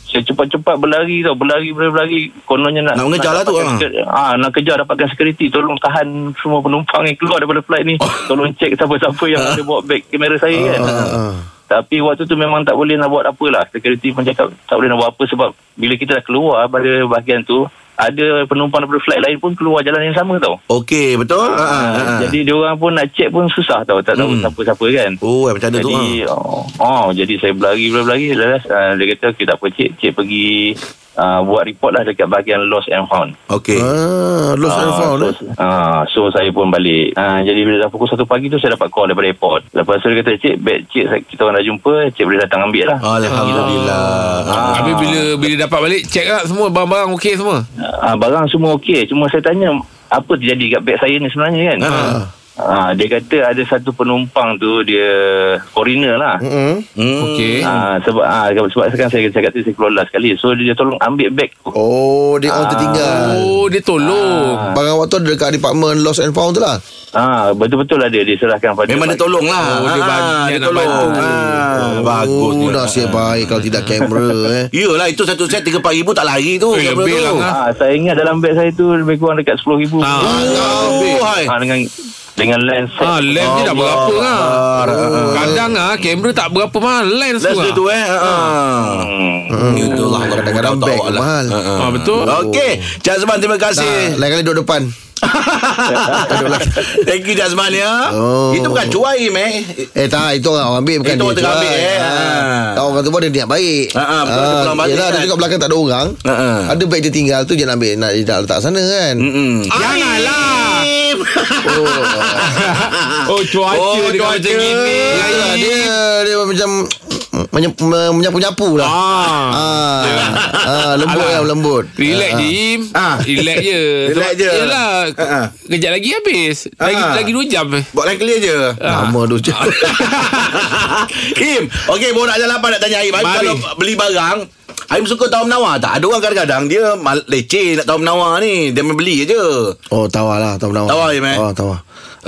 [SPEAKER 7] saya cepat-cepat berlari tau, berlari berlari, berlari. kononnya nak
[SPEAKER 2] Nak mengejar lah tu,
[SPEAKER 7] dapatkan
[SPEAKER 2] ah.
[SPEAKER 7] sekur- ah. nak kejar dapatkan security, tolong tahan semua penumpang yang keluar daripada flight ni. Tolong cek siapa-siapa yang ada bawa beg kamera saya kan.
[SPEAKER 3] Ah,
[SPEAKER 7] Tapi waktu tu memang tak boleh nak buat apalah. Security pun cakap tak boleh nak buat apa sebab bila kita dah keluar pada bahagian tu, ada penumpang daripada flight lain pun keluar jalan yang sama tau.
[SPEAKER 2] Okey, betul? Ha. ha, ha.
[SPEAKER 7] Ah, Jadi dia orang pun nak check pun susah tau tak tahu
[SPEAKER 2] Hmm.
[SPEAKER 7] siapa-siapa kan.
[SPEAKER 2] Oh, macam mana tu?
[SPEAKER 7] jadi
[SPEAKER 2] Ha.
[SPEAKER 7] oh, oh jadi saya berlari berlari lepas uh, dia kata okey tak apa cik cik pergi uh, buat report lah dekat bahagian lost and found.
[SPEAKER 2] Okey.
[SPEAKER 3] Ah, lost and
[SPEAKER 7] Ah,
[SPEAKER 3] found. eh?
[SPEAKER 7] so, ah, so saya pun balik ah, Jadi bila dah pukul 1 pagi tu Saya dapat call daripada airport Lepas tu dia kata Cik, bag cik saya- kita orang dah jumpa Cik boleh datang ambil lah
[SPEAKER 2] Alhamdulillah.
[SPEAKER 7] Ah.
[SPEAKER 4] Habis bila bila dapat balik check lah semua barang-barang okey semua.
[SPEAKER 5] Hmm.
[SPEAKER 7] ah, Barang semua okey Cuma saya tanya Apa terjadi kat beg saya ni sebenarnya kan
[SPEAKER 2] Ah.
[SPEAKER 7] Ah, Dia kata ada satu penumpang tu Dia foreigner lah
[SPEAKER 3] Hmm.
[SPEAKER 2] Hmm.
[SPEAKER 4] Okey.
[SPEAKER 7] Ah sebab ah sebab sekarang saya cakap tu saya keluar last sekali. So dia tolong ambil beg tu.
[SPEAKER 3] Oh, dia orang
[SPEAKER 7] Ah.
[SPEAKER 3] tertinggal.
[SPEAKER 4] Oh, dia tolong.
[SPEAKER 3] Barang waktu ada dekat department lost and found tu lah.
[SPEAKER 7] Ah betul-betul lah dia diserahkan pada
[SPEAKER 2] Memang dia tolong lah.
[SPEAKER 4] Oh, dia
[SPEAKER 2] Ah,
[SPEAKER 4] bantu,
[SPEAKER 2] dia
[SPEAKER 4] nak
[SPEAKER 2] tolong.
[SPEAKER 4] bantu.
[SPEAKER 2] Ah, Bagus.
[SPEAKER 3] Oh,
[SPEAKER 2] dia.
[SPEAKER 3] nasib baik kalau tidak kamera eh.
[SPEAKER 2] Yelah, itu satu set RM3,000 tak lari tu.
[SPEAKER 4] Eh,
[SPEAKER 2] kamera
[SPEAKER 4] lebih
[SPEAKER 2] tu.
[SPEAKER 4] lah, Ngah.
[SPEAKER 7] Ah saya ingat dalam beg saya tu lebih kurang dekat RM10,000.
[SPEAKER 4] Ah,
[SPEAKER 2] Oh, hai.
[SPEAKER 7] ah dengan dengan lens set.
[SPEAKER 4] Ha, lens ni dah berapa lah.
[SPEAKER 2] Ah,
[SPEAKER 4] Kadang ah kamera tak berapa mahal lens tu
[SPEAKER 2] Last
[SPEAKER 4] lah.
[SPEAKER 2] dia tu eh. Ah.
[SPEAKER 7] Hmm.
[SPEAKER 2] Hmm. Itulah
[SPEAKER 3] Kadang-kadang
[SPEAKER 2] Allah
[SPEAKER 3] beg
[SPEAKER 2] tahu lah.
[SPEAKER 3] mahal.
[SPEAKER 2] Ah, ah.
[SPEAKER 4] Ah, betul.
[SPEAKER 2] Okey, Jazman terima
[SPEAKER 3] Nah,
[SPEAKER 2] kasih.
[SPEAKER 3] lain kali duduk depan.
[SPEAKER 2] Thank you Jazman ya.
[SPEAKER 3] Oh.
[SPEAKER 2] Itu bukan cuai meh.
[SPEAKER 3] Eh tak Itu orang ambil Bukan
[SPEAKER 2] Itu orang tengah ambil, eh. Ah.
[SPEAKER 3] Tak orang kata pun Dia niat baik
[SPEAKER 2] Ah, ah, betul, dia pulang balik
[SPEAKER 3] Yelah
[SPEAKER 2] kan.
[SPEAKER 3] dia kat belakang tak ada orang
[SPEAKER 2] Ah, ah.
[SPEAKER 3] Ada beg dia tinggal tu Dia nak ambil Nak, dia nak letak sana kan
[SPEAKER 2] Hmm.
[SPEAKER 4] Janganlah.
[SPEAKER 3] Oh
[SPEAKER 4] Oh, cuaca,
[SPEAKER 2] Oh,
[SPEAKER 4] oh,
[SPEAKER 2] cuaca
[SPEAKER 4] cuaca
[SPEAKER 2] gini.
[SPEAKER 4] gini.
[SPEAKER 3] Itulah
[SPEAKER 4] ya.
[SPEAKER 3] dia Dia macam menye- me- Menyapu-nyapu lah
[SPEAKER 4] Ah.
[SPEAKER 3] Ah, ah lembut
[SPEAKER 4] Alah.
[SPEAKER 3] lah lembut.
[SPEAKER 4] Relax
[SPEAKER 3] Ah,
[SPEAKER 4] je
[SPEAKER 3] ah.
[SPEAKER 4] Im
[SPEAKER 2] Ah.
[SPEAKER 4] Relax je
[SPEAKER 2] Relax je.
[SPEAKER 4] Yelah
[SPEAKER 2] Ah.
[SPEAKER 4] Kejap lagi habis Lagi
[SPEAKER 2] Ah.
[SPEAKER 4] lagi 2 jam eh.
[SPEAKER 2] Buat lain clear je.
[SPEAKER 4] Ah.
[SPEAKER 3] Lama tu je.
[SPEAKER 2] Im, okey borak jalan apa nak tanya Im. Im
[SPEAKER 4] Mari.
[SPEAKER 2] kalau beli barang, Im suka tahu menawar tak? Ada orang kadang-kadang dia mal- leceh nak tahu menawar ni. Dia main beli je.
[SPEAKER 3] Oh, tawar lah, tawar menawar.
[SPEAKER 2] Tawar je, Mat.
[SPEAKER 3] Oh, tawar.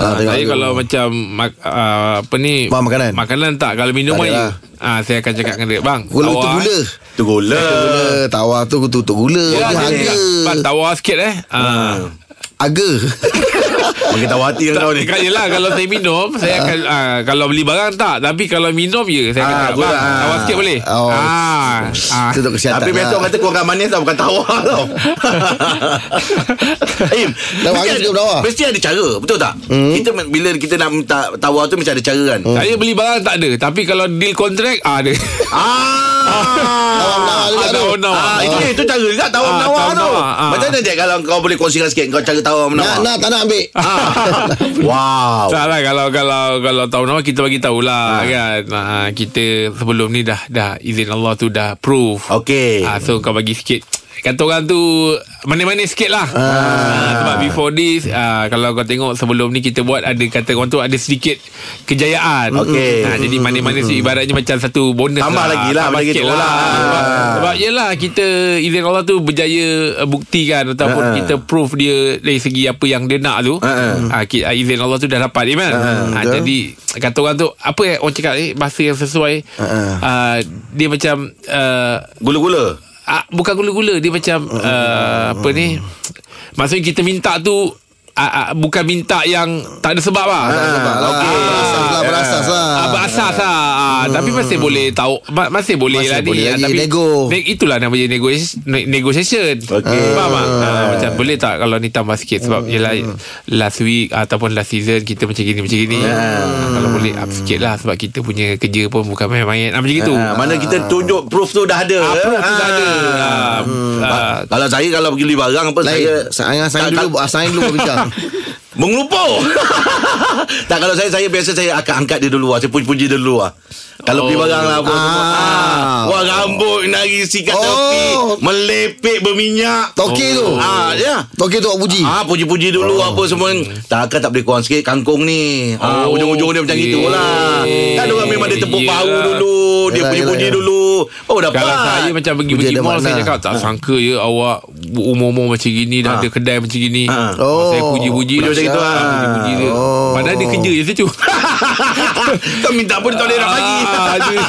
[SPEAKER 4] Ah,
[SPEAKER 3] Ah, tengok
[SPEAKER 4] saya
[SPEAKER 3] tu.
[SPEAKER 4] kalau macam mak, ah, apa ni
[SPEAKER 3] Bang, makanan.
[SPEAKER 4] makanan tak kalau minuman
[SPEAKER 3] Tak ada lah.
[SPEAKER 4] ah saya akan cakap dengan dia bang
[SPEAKER 3] gula kutu
[SPEAKER 4] tawar,
[SPEAKER 3] gula.
[SPEAKER 4] eh. Ah.
[SPEAKER 2] Tu gula.
[SPEAKER 3] Gula, tawar tu kutu tu gula.
[SPEAKER 4] Ya,
[SPEAKER 3] Dia
[SPEAKER 4] dia
[SPEAKER 3] harga.
[SPEAKER 4] cakap, bang tawar sikit eh ah
[SPEAKER 3] Harga.
[SPEAKER 2] Bagi tahu hati dengan kau ni.
[SPEAKER 4] Kan yelah Kalau saya minum Saya akan ah, Kalau beli barang tak Tapi kalau minum je Saya akan
[SPEAKER 2] Ah,
[SPEAKER 4] cakap
[SPEAKER 2] gula,
[SPEAKER 4] Bang
[SPEAKER 2] ah.
[SPEAKER 4] Tawar sikit boleh
[SPEAKER 3] Oh.
[SPEAKER 4] ah, ah.
[SPEAKER 3] Itu untuk kesihatan. lah.
[SPEAKER 2] Tapi besok kata kurang manis tau Bukan tawar tau Im
[SPEAKER 3] Dah
[SPEAKER 2] mesti
[SPEAKER 3] manis
[SPEAKER 2] ada-
[SPEAKER 3] ke tawar?
[SPEAKER 2] Mesti ada cara Betul tak? Kita men- bila kita nak minta tawar tu Mesti ada cara kan?
[SPEAKER 4] Saya beli barang tak ada Tapi kalau deal kontrak ah, Ada
[SPEAKER 2] Ah,
[SPEAKER 3] Tawar juga
[SPEAKER 4] Ah,
[SPEAKER 3] tu.
[SPEAKER 4] tawar-menawar.
[SPEAKER 2] ah, itu itu cara juga tawar
[SPEAKER 4] Ah,
[SPEAKER 2] menawar tu.
[SPEAKER 4] tawar-menawar, ah.
[SPEAKER 2] Macam mana Jack kalau kau boleh kongsikan sikit kau cara tawar
[SPEAKER 3] Nak,
[SPEAKER 2] menawar?
[SPEAKER 3] nak, tak nak ambil.
[SPEAKER 2] Ah. wow.
[SPEAKER 4] Tak lah kalau kalau kalau tahu nama kita bagi tahulah ha. kan. Ha, kita sebelum ni dah dah izin Allah tu dah proof.
[SPEAKER 2] Okey.
[SPEAKER 4] Ha, so kau bagi sikit Kata orang tu Manis-manis sikit lah ah. Sebab before this ah, Kalau kau tengok sebelum ni kita buat Ada kata orang tu ada sedikit Kejayaan
[SPEAKER 2] Okey.
[SPEAKER 4] Ah, Jadi manis-manis tu ibaratnya macam satu bonus
[SPEAKER 2] Tambah
[SPEAKER 4] lah.
[SPEAKER 2] lagi lah,
[SPEAKER 4] Tambah
[SPEAKER 2] bagi
[SPEAKER 4] sikit
[SPEAKER 2] tu
[SPEAKER 4] lah,
[SPEAKER 2] lah.
[SPEAKER 4] Sebab, sebab yelah kita Izin Allah tu berjaya uh, buktikan Ataupun
[SPEAKER 2] Ah.
[SPEAKER 4] kita proof dia Dari segi apa yang dia nak tu
[SPEAKER 2] Ah.
[SPEAKER 4] Ah, ki- ah, Izin Allah tu dah dapat Iman Ah,
[SPEAKER 3] betul.
[SPEAKER 4] Jadi kata orang tu Apa yang orang cakap ni Bahasa yang sesuai Ah, Dia macam ah,
[SPEAKER 2] Gula-gula.
[SPEAKER 4] Ah, bukan gula-gula dia macam uh, apa ni maksudnya kita minta tu ah, ah, bukan minta yang tak ada sebab lah.
[SPEAKER 3] Tak ada sebab lah.
[SPEAKER 4] Okey.
[SPEAKER 3] Berasas lah, berasas lah. Hmm.
[SPEAKER 4] Ah, berasas lah. Ah, Tapi masih boleh tahu ma- masih boleh
[SPEAKER 3] Masih
[SPEAKER 4] lah ni.
[SPEAKER 3] boleh
[SPEAKER 4] Ah,
[SPEAKER 3] lagi
[SPEAKER 4] tapi
[SPEAKER 3] nego.
[SPEAKER 4] ne- itulah namanya negotiation. ne- negotiation.
[SPEAKER 2] Okey.
[SPEAKER 4] Faham tak? Ah, macam boleh tak kalau ni tambah sikit sebab
[SPEAKER 3] Hmm.
[SPEAKER 4] yelah last week ataupun last season kita macam gini macam gini. Ah, Kalau boleh up sikit lah sebab kita punya kerja pun bukan main-main. Ah, macam gitu.
[SPEAKER 2] Ha, mana kita tunjuk proof tu dah ada.
[SPEAKER 4] Apa tu
[SPEAKER 2] Ah.
[SPEAKER 4] tak ada. Ah,
[SPEAKER 3] Hmm.
[SPEAKER 4] ah,
[SPEAKER 2] Kalau saya kalau pergi beli barang apa
[SPEAKER 3] Lain.
[SPEAKER 2] saya
[SPEAKER 3] Saya saya
[SPEAKER 2] Tak-
[SPEAKER 3] dulu, ah, saya dulu berbincang.
[SPEAKER 2] mengelupur. tak kalau saya saya biasa saya akan angkat dia dulu lah. Saya puji-puji dia dulu lah. Kalau beli barang lah apa semua.
[SPEAKER 3] Ah.
[SPEAKER 2] Ah. Wah rambut nari sikat
[SPEAKER 3] Oh.
[SPEAKER 2] tepi melepek berminyak.
[SPEAKER 3] Tokek
[SPEAKER 4] Oh.
[SPEAKER 3] tu.
[SPEAKER 2] Ah ya.
[SPEAKER 3] Tokek tu awak puji.
[SPEAKER 2] Ah puji-puji dulu oh. apa semua. Takkan tak boleh kurang sikit kangkung ni. Ah
[SPEAKER 4] Oh,
[SPEAKER 2] ujung-ujung dia macam
[SPEAKER 4] okey.
[SPEAKER 2] gitulah. Kan orang memang dia tepuk
[SPEAKER 4] Yelah.
[SPEAKER 2] bahu dulu, dia
[SPEAKER 3] Yelah,
[SPEAKER 2] puji-puji
[SPEAKER 3] yelah.
[SPEAKER 2] dulu. Oh dapat.
[SPEAKER 4] Kalau
[SPEAKER 8] lah?
[SPEAKER 4] saya macam pergi-pergi
[SPEAKER 3] Hujan ada
[SPEAKER 4] mall Saya
[SPEAKER 3] makna.
[SPEAKER 4] cakap tak
[SPEAKER 2] Ha.
[SPEAKER 4] sangka je Awak umur-umur macam gini
[SPEAKER 2] Ah.
[SPEAKER 4] Dah ada kedai macam gini Ha,
[SPEAKER 2] Ah.
[SPEAKER 3] Oh.
[SPEAKER 4] Saya
[SPEAKER 2] Puji
[SPEAKER 4] puji-puji lah.
[SPEAKER 2] macam gitu,
[SPEAKER 4] Ah,
[SPEAKER 2] ah.
[SPEAKER 4] Puji-puji dia
[SPEAKER 3] Oh.
[SPEAKER 4] Padahal dia kerja je situ
[SPEAKER 2] Kau minta pun tak boleh nak bagi
[SPEAKER 4] Ah, dia-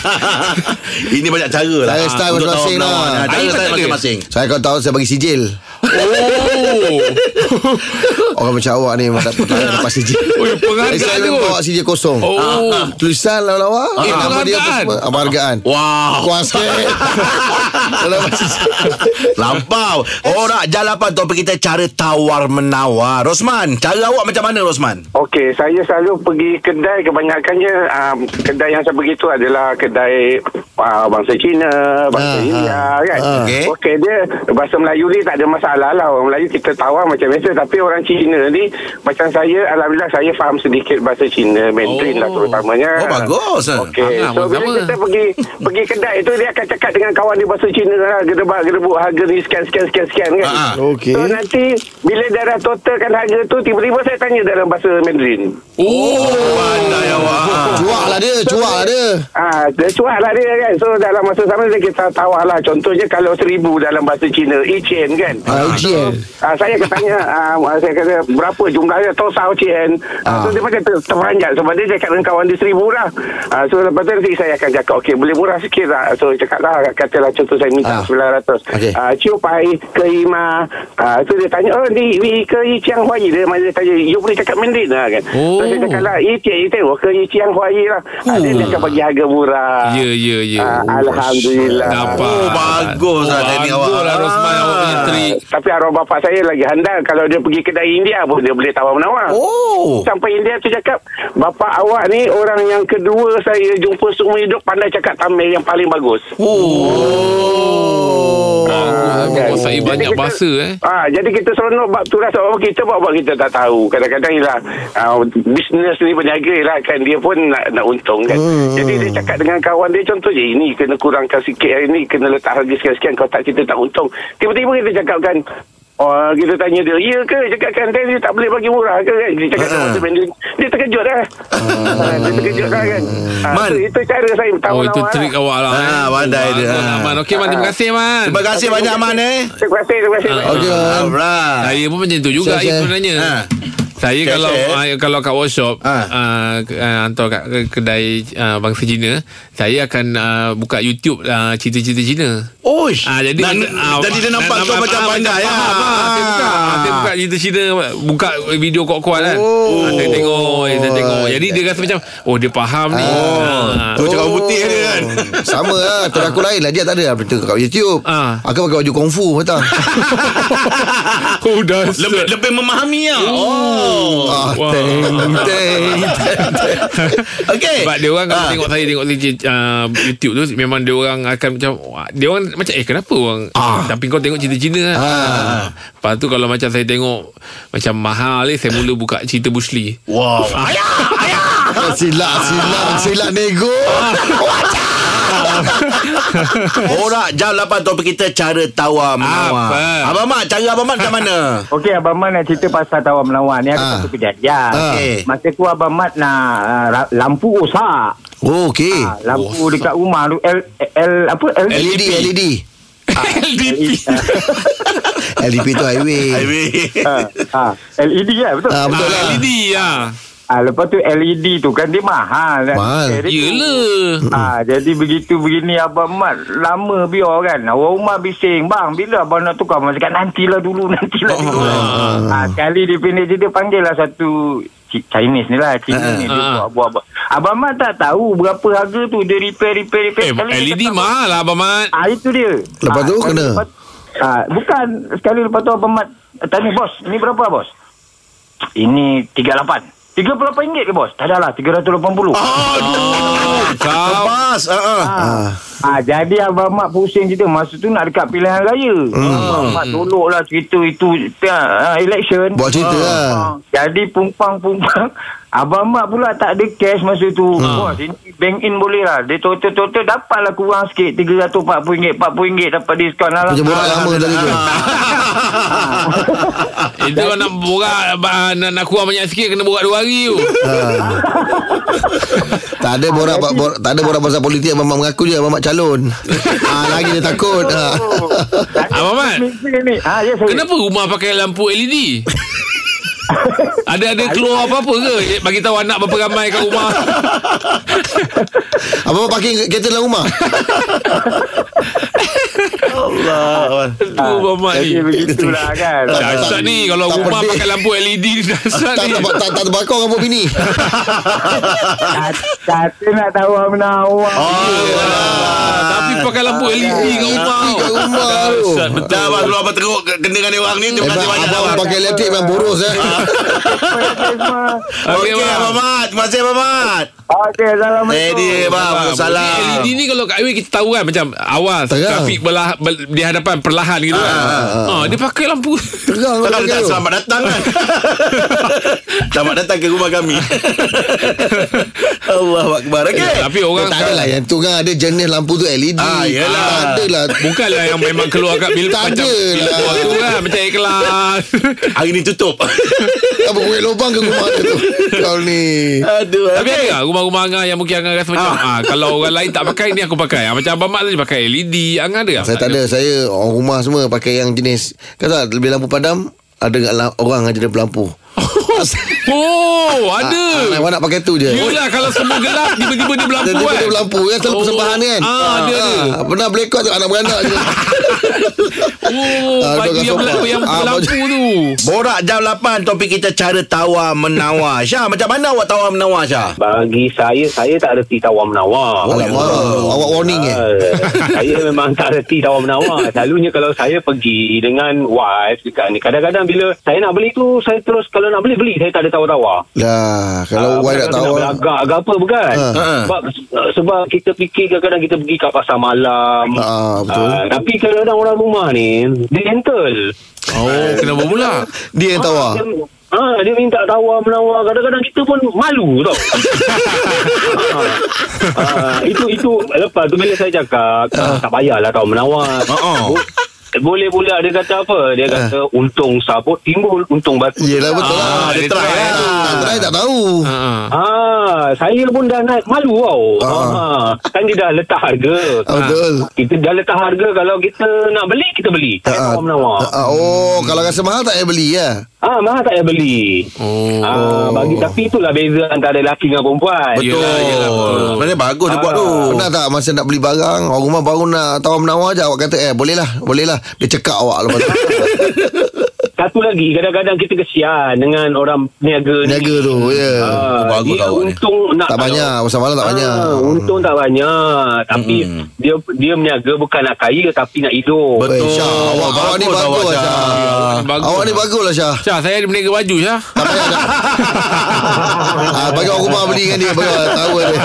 [SPEAKER 2] Ini banyak cara lah
[SPEAKER 3] Saya style
[SPEAKER 2] Untuk
[SPEAKER 3] masing-masing lah.
[SPEAKER 2] lawan-lawan. Ah, Cara style
[SPEAKER 4] Air tak ada.
[SPEAKER 2] masing-masing
[SPEAKER 3] Saya kalau tahu saya bagi sijil.
[SPEAKER 4] Oh.
[SPEAKER 3] Orang macam awak ni masa pertanyaan lepas sijil.
[SPEAKER 4] Oh, ya, penghargaan
[SPEAKER 3] Saya selalu
[SPEAKER 4] tu.
[SPEAKER 3] bawa sijil kosong.
[SPEAKER 4] Oh.
[SPEAKER 2] Ha,
[SPEAKER 3] Tulisan lawa-lawa.
[SPEAKER 4] Eh,
[SPEAKER 3] nama dia apa
[SPEAKER 4] penghargaan.
[SPEAKER 3] semua. Ah, Penghargaan.
[SPEAKER 2] Wow
[SPEAKER 3] Kuas sikit. Kalau bagi sijil.
[SPEAKER 2] Lampau Oh, Orang jalapan topik kita Cara tawar-menawar Rosman Cara awak macam mana Rosman?
[SPEAKER 8] Okey, saya selalu pergi kedai kebanyakannya um, kedai yang saya pergi tu adalah kedai uh, bangsa Cina, bangsa
[SPEAKER 3] Ah,
[SPEAKER 8] uh, India
[SPEAKER 3] ah,
[SPEAKER 8] kan.
[SPEAKER 3] ah.
[SPEAKER 2] Okey.
[SPEAKER 8] Okey, okay, dia bahasa Melayu ni tak ada masalah lah. Orang Melayu kita tawar macam biasa tapi orang Cina ni macam saya alhamdulillah saya faham sedikit bahasa Cina, Mandarin
[SPEAKER 4] Oh.
[SPEAKER 8] lah terutamanya.
[SPEAKER 2] Oh, bagus, eh.
[SPEAKER 8] Okey,
[SPEAKER 3] lah,
[SPEAKER 4] Ah,
[SPEAKER 8] so bila
[SPEAKER 4] sama-sama.
[SPEAKER 8] kita pergi pergi kedai tu dia akan cakap dengan kawan dia bahasa Cina lah, gedebak gedebuk harga ni sekian sekian sekian sekian kan.
[SPEAKER 2] Ah, ah.
[SPEAKER 3] Okey.
[SPEAKER 8] So nanti bila dia dah totalkan harga tu tiba-tiba saya tanya dalam bahasa Mandarin.
[SPEAKER 4] Oh
[SPEAKER 2] Pandai awak
[SPEAKER 3] Cuak lah dia, cuak lah dia.
[SPEAKER 8] Ah, dia cuak lah dia kan. So dalam masa sama dia kita tawar lah. Contohnya kalau seribu dalam bahasa Cina, Ichen kan.
[SPEAKER 3] Ah, ujian.
[SPEAKER 8] Ah, saya akan tanya ah, saya kata berapa jumlahnya tau sao cien ah. so dia macam ter, terperanjat sebab dia cakap dengan kawan dia seribu lah ah, so lepas tu nanti saya akan cakap okey boleh murah sikit lah so cakap lah katalah contoh saya minta
[SPEAKER 3] Ah.
[SPEAKER 8] RM900
[SPEAKER 3] Okey.
[SPEAKER 8] ah, ciu pai ke ima ah, so dia tanya oh di, di ke i chiang huai dia dia tanya you boleh cakap mandarin lah kan
[SPEAKER 4] Oh.
[SPEAKER 8] so saya cakap lah i tiang i tiang ke i chiang huai lah ah, dia, dia akan bagi harga murah
[SPEAKER 4] Ya ya ya
[SPEAKER 3] Oh,
[SPEAKER 8] Ah, Alhamdulillah
[SPEAKER 4] Dapat
[SPEAKER 2] Oh, bagus lah teknik awak.
[SPEAKER 4] Bagus lah Rosman
[SPEAKER 2] Ah.
[SPEAKER 4] Awak punya trik
[SPEAKER 8] tapi arwah bapak saya lagi handal kalau dia pergi kedai India pun dia boleh tawar menawar.
[SPEAKER 2] Oh
[SPEAKER 8] Sampai India tu cakap Bapak awak ni orang yang kedua saya jumpa seumur hidup Pandai cakap Tamil yang paling bagus
[SPEAKER 2] Oh
[SPEAKER 8] Ah, kan. Jadi
[SPEAKER 4] Menguasai banyak
[SPEAKER 8] kita-
[SPEAKER 4] bahasa eh
[SPEAKER 8] Ah, jadi kita seronok bab tu lah sebab kita bab-bab kita tak tahu. Kadang-kadang ialah ah, bisnes ni peniaga ialah kan dia pun nak, nak untung kan. Hmm. Jadi dia cakap dengan kawan dia contohnya ini kena kurangkan sikit hari ni kena letak harga sekian-sekian kalau tak kita tak untung. Tiba-tiba kita cakapkan Oh, kita tanya dia, ya ke? Cakap kan, dia tak boleh bagi murah ke kan? Dia cakap
[SPEAKER 2] Ah.
[SPEAKER 8] uh Dia terkejut lah. Ah, dia terkejut lah kan. Ah,
[SPEAKER 2] Man.
[SPEAKER 8] so, itu cara saya tahu
[SPEAKER 4] Oh itu trik awak lah eh.
[SPEAKER 2] Ah, pandai dia.
[SPEAKER 4] Bagus lah,
[SPEAKER 2] Ah.
[SPEAKER 4] Man Okey Man terima kasih Ha. Man
[SPEAKER 2] Terima kasih banyak Man eh
[SPEAKER 8] Terima kasih, terima kasih.
[SPEAKER 3] Okey. Om.
[SPEAKER 2] Alright
[SPEAKER 4] Saya pun macam tu juga
[SPEAKER 3] Saya-
[SPEAKER 4] saya,
[SPEAKER 3] saya-
[SPEAKER 4] sebenarnya.
[SPEAKER 2] Ha.
[SPEAKER 4] Ha. Saya
[SPEAKER 2] Saya-
[SPEAKER 4] kalau
[SPEAKER 2] saya-
[SPEAKER 4] uh, kalau kat workshop
[SPEAKER 2] Ha.
[SPEAKER 4] uh, uh, hantar kat ke- kedai uh, bangsa Cina, saya akan uh, buka YouTube uh, cerita-cerita Cina.
[SPEAKER 2] Oish
[SPEAKER 4] Ah jadi
[SPEAKER 2] Dan-
[SPEAKER 4] ah,
[SPEAKER 2] Jadi dia nampak kau macam
[SPEAKER 4] ah,
[SPEAKER 2] pandai ya.
[SPEAKER 4] faham, faham. Saya buka ah, saya buka cerita Cina buka video kuat-kuat kan. Oh. saya tengok, eh, saya tengok. Jadi dia rasa macam oh dia faham ni.
[SPEAKER 3] Oh.
[SPEAKER 4] Ah.
[SPEAKER 2] Tu cakap putih dia kan
[SPEAKER 3] Sama lah Kalau aku lain lah Dia tak ada lah Berita kat YouTube
[SPEAKER 4] Ah.
[SPEAKER 3] Aku pakai baju kungfu Betul
[SPEAKER 4] Oh dah.
[SPEAKER 2] lebih, lebih memahami lah
[SPEAKER 4] Hmm.
[SPEAKER 2] Oh
[SPEAKER 3] Ah,
[SPEAKER 4] Wah.
[SPEAKER 3] teng, teng, teng, teng.
[SPEAKER 2] Okay
[SPEAKER 4] Sebab dia orang kalau
[SPEAKER 2] Ah.
[SPEAKER 4] tengok saya tengok uh, YouTube tu memang dia orang akan macam wah, dia orang macam eh kenapa orang ah. tapi kau tengok cerita Cina ah. ah. Lepas tu kalau macam saya tengok macam mahal ni saya mula buka cerita Bushli.
[SPEAKER 2] Wow
[SPEAKER 3] Silat, silat, silat nego
[SPEAKER 2] Orang jam 8 topik kita Cara tawar menawar
[SPEAKER 4] Apa?
[SPEAKER 2] Abang Mat Cara Abang Mat macam mana?
[SPEAKER 9] Okey Abang Mat nak cerita pasal tawar menawar ni ada
[SPEAKER 3] Ah.
[SPEAKER 9] satu kejadian.
[SPEAKER 3] Ah.
[SPEAKER 2] Okey.
[SPEAKER 9] Masa tu Abang Mat nak uh, ra- lampu rosak.
[SPEAKER 3] Oh, okey E
[SPEAKER 9] Ah, lampu dekat rumah tu L, L apa L, E
[SPEAKER 4] E
[SPEAKER 3] LED, LED LED tu highway
[SPEAKER 2] Highway E
[SPEAKER 9] Ah, ah, LED kan betul.
[SPEAKER 3] Ah, betul lah
[SPEAKER 4] E ah, LED ah.
[SPEAKER 9] Ah, lepas tu LED tu kan dia mahal. kan.
[SPEAKER 3] Mahal.
[SPEAKER 9] Jadi-
[SPEAKER 4] Yelah
[SPEAKER 9] Ah, jadi begitu begini Abang Mat Lama biar kan Orang rumah bising Bang bila abang nak tukar Abang cakap nantilah dulu Nantilah
[SPEAKER 3] Oh.
[SPEAKER 9] dulu ah, Sekali dia pendek je Dia panggil lah satu Ci- Chinese ni lah Cina ni dia
[SPEAKER 4] Ah.
[SPEAKER 9] buat, buat, buat Abang Mat tak tahu Berapa harga tu Dia repair repair repair
[SPEAKER 4] Eh
[SPEAKER 9] Sekali dia
[SPEAKER 4] LED
[SPEAKER 9] kata,
[SPEAKER 4] mahal lah Abang Mat
[SPEAKER 9] Ah itu dia.
[SPEAKER 3] Lepas tu,
[SPEAKER 9] sekali
[SPEAKER 3] kena?
[SPEAKER 9] lepas- ah, bukan sekali lepas tu abang Mat eh, tanya bos, ni berapa bos? Ini 38. RM38 ke bos? Tak
[SPEAKER 8] lah,
[SPEAKER 9] adalah RM380.
[SPEAKER 4] Oh Kau
[SPEAKER 2] Lepas ah, ah.
[SPEAKER 9] Ah. Ah, jadi Abang Mat pusing cerita Masa tu nak dekat pilihan raya
[SPEAKER 3] Hmm.
[SPEAKER 9] Abang
[SPEAKER 10] Hmm.
[SPEAKER 9] Mat tolok lah cerita itu uh, Election
[SPEAKER 3] Buat cerita lah.
[SPEAKER 9] Ah, Jadi pumpang-pumpang Abang Mat pula tak ada cash masa tu
[SPEAKER 3] Hmm.
[SPEAKER 9] Bos ini bank in boleh lah Dia total-total dapat lah kurang sikit RM340 RM40 dapat diskaun lah
[SPEAKER 3] Macam
[SPEAKER 2] Ah,
[SPEAKER 3] borak lama tadi tu
[SPEAKER 4] Itu kalau Eh, nak borak ah, nak, nak kurang banyak sikit Kena borak dua hari tu
[SPEAKER 3] Tak ada borak bab- bor- Tak ada borak pasal politik Abang Mat mengaku je Abang Mat calon ha, Lagi dia takut ha.
[SPEAKER 4] Abang Mat
[SPEAKER 9] ni. Ah, ya, saya.
[SPEAKER 4] Kenapa rumah pakai lampu LED? ada ada keluar apa-apa ke? Eh, Bagi tahu anak berapa ramai kat rumah.
[SPEAKER 3] Abang Mat parking kereta dalam rumah
[SPEAKER 2] Allah.
[SPEAKER 4] Tu Abang Mat
[SPEAKER 9] Jadi
[SPEAKER 4] ni.
[SPEAKER 9] begitulah kan
[SPEAKER 4] Dasar ni kalau
[SPEAKER 3] Ah, tak
[SPEAKER 4] rumah
[SPEAKER 3] pedih.
[SPEAKER 4] pakai lampu LED ni dasar
[SPEAKER 3] Tak
[SPEAKER 4] ni.
[SPEAKER 3] tak tak, tak terbakar rambut bini
[SPEAKER 9] Ah, Kata nak tahu Amna awak
[SPEAKER 4] Ah, Tapi pakai lampu LED kat rumah.
[SPEAKER 3] kat rumah tu.
[SPEAKER 4] Dasar betul.
[SPEAKER 2] Dah abang, Kalau abang teruk ke- Kena dengan dia orang ni Terima
[SPEAKER 3] Abang,
[SPEAKER 2] kasih banyak
[SPEAKER 3] abang
[SPEAKER 2] abang
[SPEAKER 3] pakai elektrik Memang boros eh
[SPEAKER 4] Ah.
[SPEAKER 2] Okey Abang Mat Terima kasih Abang Mat
[SPEAKER 9] Okey,
[SPEAKER 2] Eh
[SPEAKER 9] Assalamualaikum
[SPEAKER 2] dia Abang Salam
[SPEAKER 4] Jadi LED ni kalau kat highway kita tahu kan macam awas
[SPEAKER 3] Terang.
[SPEAKER 4] trafik belah, bel- di hadapan perlahan gitu kan. Ah, dia pakai lampu.
[SPEAKER 3] Tegang
[SPEAKER 2] Tak
[SPEAKER 3] abang
[SPEAKER 2] ada
[SPEAKER 3] pakai tu.
[SPEAKER 2] selamat datang kan Selamat datang ke rumah kami Allah Akbar Okay
[SPEAKER 4] Tapi
[SPEAKER 3] Oh,
[SPEAKER 4] orang lah.
[SPEAKER 3] Tak adalah yang tu kan Ada jenis lampu tu E LED
[SPEAKER 2] Ah, yelah.
[SPEAKER 3] Tak adalah
[SPEAKER 4] Bukanlah yang memang keluar kat bil
[SPEAKER 3] Tak
[SPEAKER 4] macam
[SPEAKER 3] ada lah.
[SPEAKER 4] Keluar tu kan macam ikhlas.
[SPEAKER 2] Hari ni tutup
[SPEAKER 3] Apa kuih lubang ke rumah dia tu Kau ni
[SPEAKER 2] Aduh
[SPEAKER 4] Tapi ada tak rumah-rumah Angah yang mungkin Angah rasa macam ah. kalau orang lain tak pakai ni aku pakai. Ah, macam Abang Mat tadi pakai LED. Angah ada tak?
[SPEAKER 3] Saya tak ada Saya orang rumah semua Pakai yang jenis Kata lebih lampu padam Ada kat la- orang Ada lampu
[SPEAKER 4] Oh, ada.
[SPEAKER 3] Ah, Awak nak pakai tu je
[SPEAKER 4] Yelah kalau semua gelap tiba-tiba dia berlampu
[SPEAKER 3] Tiba-tiba
[SPEAKER 4] kan.
[SPEAKER 3] dia berlampu kan Selalu
[SPEAKER 4] Oh.
[SPEAKER 3] persembahan kan
[SPEAKER 4] Ah, ada, ada.
[SPEAKER 3] ah, Pernah blackout tu Anak beranak je
[SPEAKER 4] Oh,
[SPEAKER 3] Ah,
[SPEAKER 4] baju
[SPEAKER 3] duduk kat
[SPEAKER 4] yang
[SPEAKER 3] sofa.
[SPEAKER 4] berlampu yang
[SPEAKER 3] Ah,
[SPEAKER 4] berlampu tu.
[SPEAKER 2] Borak jam 8 Topik kita cara tawar menawar Syah macam mana awak tawar menawar Syah?
[SPEAKER 10] Bagi saya, saya tak reti tawar-menawar.
[SPEAKER 5] Oh, ya
[SPEAKER 3] Alamak Awak warning
[SPEAKER 5] Ah.
[SPEAKER 3] eh
[SPEAKER 10] Uh, saya memang tak reti tawar-menawar. Selalunya kalau saya pergi dengan wife dekat ni, kadang-kadang bila saya nak beli tu, saya terus kalau nak beli, beli. Saya tak ada tawar-tawar.
[SPEAKER 3] Lah
[SPEAKER 5] Ah,
[SPEAKER 3] Kalau awak
[SPEAKER 10] bukan
[SPEAKER 3] nak
[SPEAKER 10] kata
[SPEAKER 3] tahu
[SPEAKER 10] Ah, beragak ke apa bukan
[SPEAKER 3] Ha.
[SPEAKER 10] ha. sebab sebab kita fikir kadang-kadang kita pergi kat pasar malam
[SPEAKER 3] Ha, betul.
[SPEAKER 10] Ah, tapi kadang-kadang orang rumah ni dia gentle
[SPEAKER 4] Oh, kenapa pula?
[SPEAKER 3] Dia yang tawar
[SPEAKER 10] dia, ah, dia minta tawar menawar kadang-kadang kita pun malu tau ah, ah, itu itu lepas tu bila saya cakap ah, tak payahlah tawar menawar
[SPEAKER 2] Oh, oh.
[SPEAKER 10] boleh pula dia kata apa dia
[SPEAKER 3] Ah.
[SPEAKER 10] kata untung sabut timbul untung batu
[SPEAKER 3] Yelah betul lah
[SPEAKER 2] Ah, dia try kan
[SPEAKER 3] Tak try tak tahu
[SPEAKER 4] Ha. ah.
[SPEAKER 10] Ah, saya pun dah naik malu tau.
[SPEAKER 3] Ah.
[SPEAKER 10] Ah. kan dia dah letak harga.
[SPEAKER 3] Ah, betul.
[SPEAKER 10] Kita dah letak harga kalau kita nak beli kita beli. Tak
[SPEAKER 3] Ah,
[SPEAKER 10] payah menawar.
[SPEAKER 3] ah, ah, Oh Kalau rasa mahal tak payah beli ya
[SPEAKER 10] Ah, mahal tak payah beli.
[SPEAKER 4] Oh.
[SPEAKER 10] Ah, bagi tapi itulah beza antara lelaki dengan perempuan.
[SPEAKER 4] Betul. Yelah, yelah, betul.
[SPEAKER 2] Oh, Sebenarnya bagus dia buat tu
[SPEAKER 3] Pernah tak masa nak beli barang Orang rumah baru nak tawar menawar je Awak kata eh boleh lah Boleh lah Dia cekak awak lepas tu
[SPEAKER 10] Satu lagi kadang-kadang kita kesian dengan orang peniaga ni.
[SPEAKER 3] Niaga tu Ya
[SPEAKER 10] Ah,
[SPEAKER 2] Bagus
[SPEAKER 10] dia
[SPEAKER 2] awak ni.
[SPEAKER 10] untung nak
[SPEAKER 3] Tak banyak Pasal malam tak banyak
[SPEAKER 10] Ah, untung tak banyak tapi
[SPEAKER 2] Mm-mm.
[SPEAKER 10] dia dia meniaga bukan nak kaya tapi nak hidup.
[SPEAKER 2] Eh,
[SPEAKER 3] Betul Syah awak, awak ni
[SPEAKER 2] Bagus
[SPEAKER 3] bagus
[SPEAKER 2] awak,
[SPEAKER 3] lah Syah
[SPEAKER 4] Syah. Bagus.
[SPEAKER 3] Awak ni bagus lah Syah
[SPEAKER 4] Syah, saya ada meniaga baju Syah.
[SPEAKER 3] Tak payah dah ah, Bagi orang rumah beli dengan dia Bagi orang tahu dia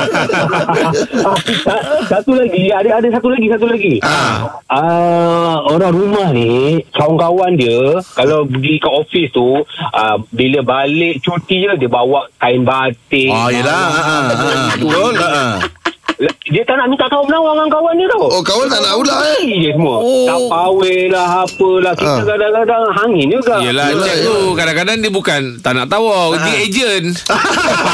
[SPEAKER 10] Ah, satu lagi ada ada satu lagi satu lagi. Ah orang rumah ni kawan-kawan dia kalau pergi ke office tu ah, bila balik cuti je dia bawa kain batik.
[SPEAKER 2] Ah, Oh yelah Ah, ah, ah. Betul ah, ah.
[SPEAKER 10] Lah, Dia tak nak minta kawan menawar dengan kawan dia tau
[SPEAKER 3] Oh kawan tak nak ular eh
[SPEAKER 10] Beli je semua
[SPEAKER 3] Oh.
[SPEAKER 10] oh. Tak pawai lah Apalah Kita
[SPEAKER 3] Ah.
[SPEAKER 10] kadang-kadang hangin juga
[SPEAKER 4] Yelah,
[SPEAKER 3] Yelah,
[SPEAKER 4] Yelah
[SPEAKER 3] ya.
[SPEAKER 4] tu Kadang-kadang dia bukan Tak nak tawar Dia agent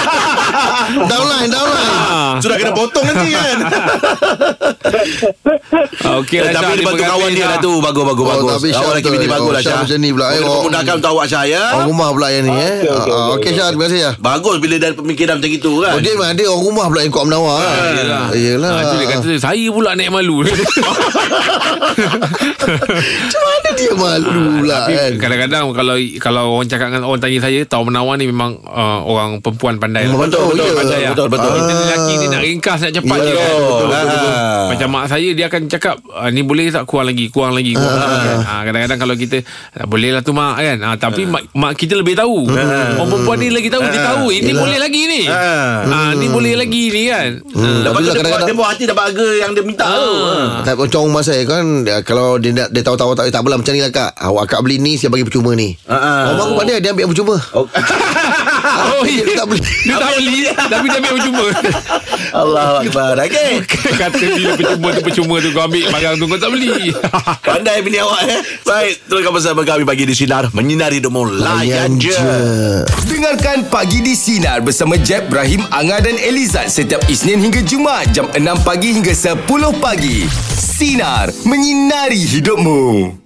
[SPEAKER 3] Downline downline
[SPEAKER 4] Ah.
[SPEAKER 2] Sudah kena potong nanti kan
[SPEAKER 4] Okey lah
[SPEAKER 2] Tapi
[SPEAKER 4] Syah,
[SPEAKER 2] dia
[SPEAKER 4] terima
[SPEAKER 2] bantu kawan
[SPEAKER 4] kasih,
[SPEAKER 2] dia
[SPEAKER 4] Syah.
[SPEAKER 2] lah tu Bagus bagus
[SPEAKER 3] Oh,
[SPEAKER 2] bagus
[SPEAKER 3] tapi Syah
[SPEAKER 2] Awak lagi
[SPEAKER 3] betul.
[SPEAKER 2] bini
[SPEAKER 3] Oh,
[SPEAKER 2] bagus lah
[SPEAKER 3] Syah
[SPEAKER 2] Syah
[SPEAKER 3] macam ni pula, eh.
[SPEAKER 2] Kena
[SPEAKER 3] Oh.
[SPEAKER 2] memudahkan untuk awak Syah ya
[SPEAKER 3] Orang rumah pula yang ni
[SPEAKER 10] Okey,
[SPEAKER 3] eh
[SPEAKER 10] okey,
[SPEAKER 3] Ah,
[SPEAKER 10] okey,
[SPEAKER 3] Okey Syah terima kasih Syah
[SPEAKER 2] Bagus bila ada pemikiran macam itu kan
[SPEAKER 3] Oh dia memang ada orang rumah pula yang kuat menawar kan?
[SPEAKER 4] Ah, Yelah.
[SPEAKER 3] Yelah
[SPEAKER 4] Ah, tu dia kata saya pula naik malu.
[SPEAKER 3] Macam mana dia malu pula
[SPEAKER 2] Ah,
[SPEAKER 4] Tapi
[SPEAKER 3] kan
[SPEAKER 4] kadang-kadang kalau kalau orang cakap dengan orang tanya saya, tahu menawar ni memang uh, orang perempuan pandai. lah.
[SPEAKER 3] Betul,
[SPEAKER 2] betul,
[SPEAKER 3] ya.
[SPEAKER 4] Pandai lah.
[SPEAKER 2] betul, betul. Ya,
[SPEAKER 4] Kita ni lelaki ni nak ringkas, nak cepat
[SPEAKER 3] Yelah,
[SPEAKER 4] je kan.
[SPEAKER 2] betul, betul,
[SPEAKER 4] Ah.
[SPEAKER 2] betul.
[SPEAKER 4] Macam mak saya dia akan cakap ah, ni boleh tak kurang lagi, kurang lagi, kurang lagi. Kan? Ah, kadang-kadang kalau kita ah, boleh lah tu mak kan. Ah, tapi mak, mak kita lebih tahu.
[SPEAKER 2] Ah.
[SPEAKER 4] Orang perempuan ni lagi tahu, dia tahu ini boleh lagi ni. Ah, ni boleh lagi ni kan. Ah.
[SPEAKER 2] Lepas
[SPEAKER 3] Tapi lah
[SPEAKER 2] tu dia buat,
[SPEAKER 3] kadang-kadang- Ah.
[SPEAKER 2] dia buat hati dapat harga yang dia minta tu
[SPEAKER 3] tak macam rumah saya kan dia, Kalau dia nak Dia tahu-tahu tak, tak apalah macam ni lah kak Awak kak beli ni Saya bagi percuma ni
[SPEAKER 2] Ah, ah.
[SPEAKER 3] Orang aku pandai Dia ambil yang percuma
[SPEAKER 4] Oh,
[SPEAKER 3] Dia
[SPEAKER 4] iya.
[SPEAKER 3] tak beli
[SPEAKER 4] Dia tak beli Tapi dia ambil percuma
[SPEAKER 2] Allah Akbar Okay
[SPEAKER 4] Kata bila percuma tu percuma tu Kau ambil barang tu kau tak beli
[SPEAKER 2] Pandai bini awak eh Baik Teruskan bersama kami Pagi di Sinar Menyinari demo Layan je
[SPEAKER 1] Dengarkan Pagi di Sinar bersama Jeb, Ibrahim, Anga dan Elizad setiap Isnin hingga Jumaat jam 6 pagi hingga 10 pagi. Sinar. Menyinari hidupmu.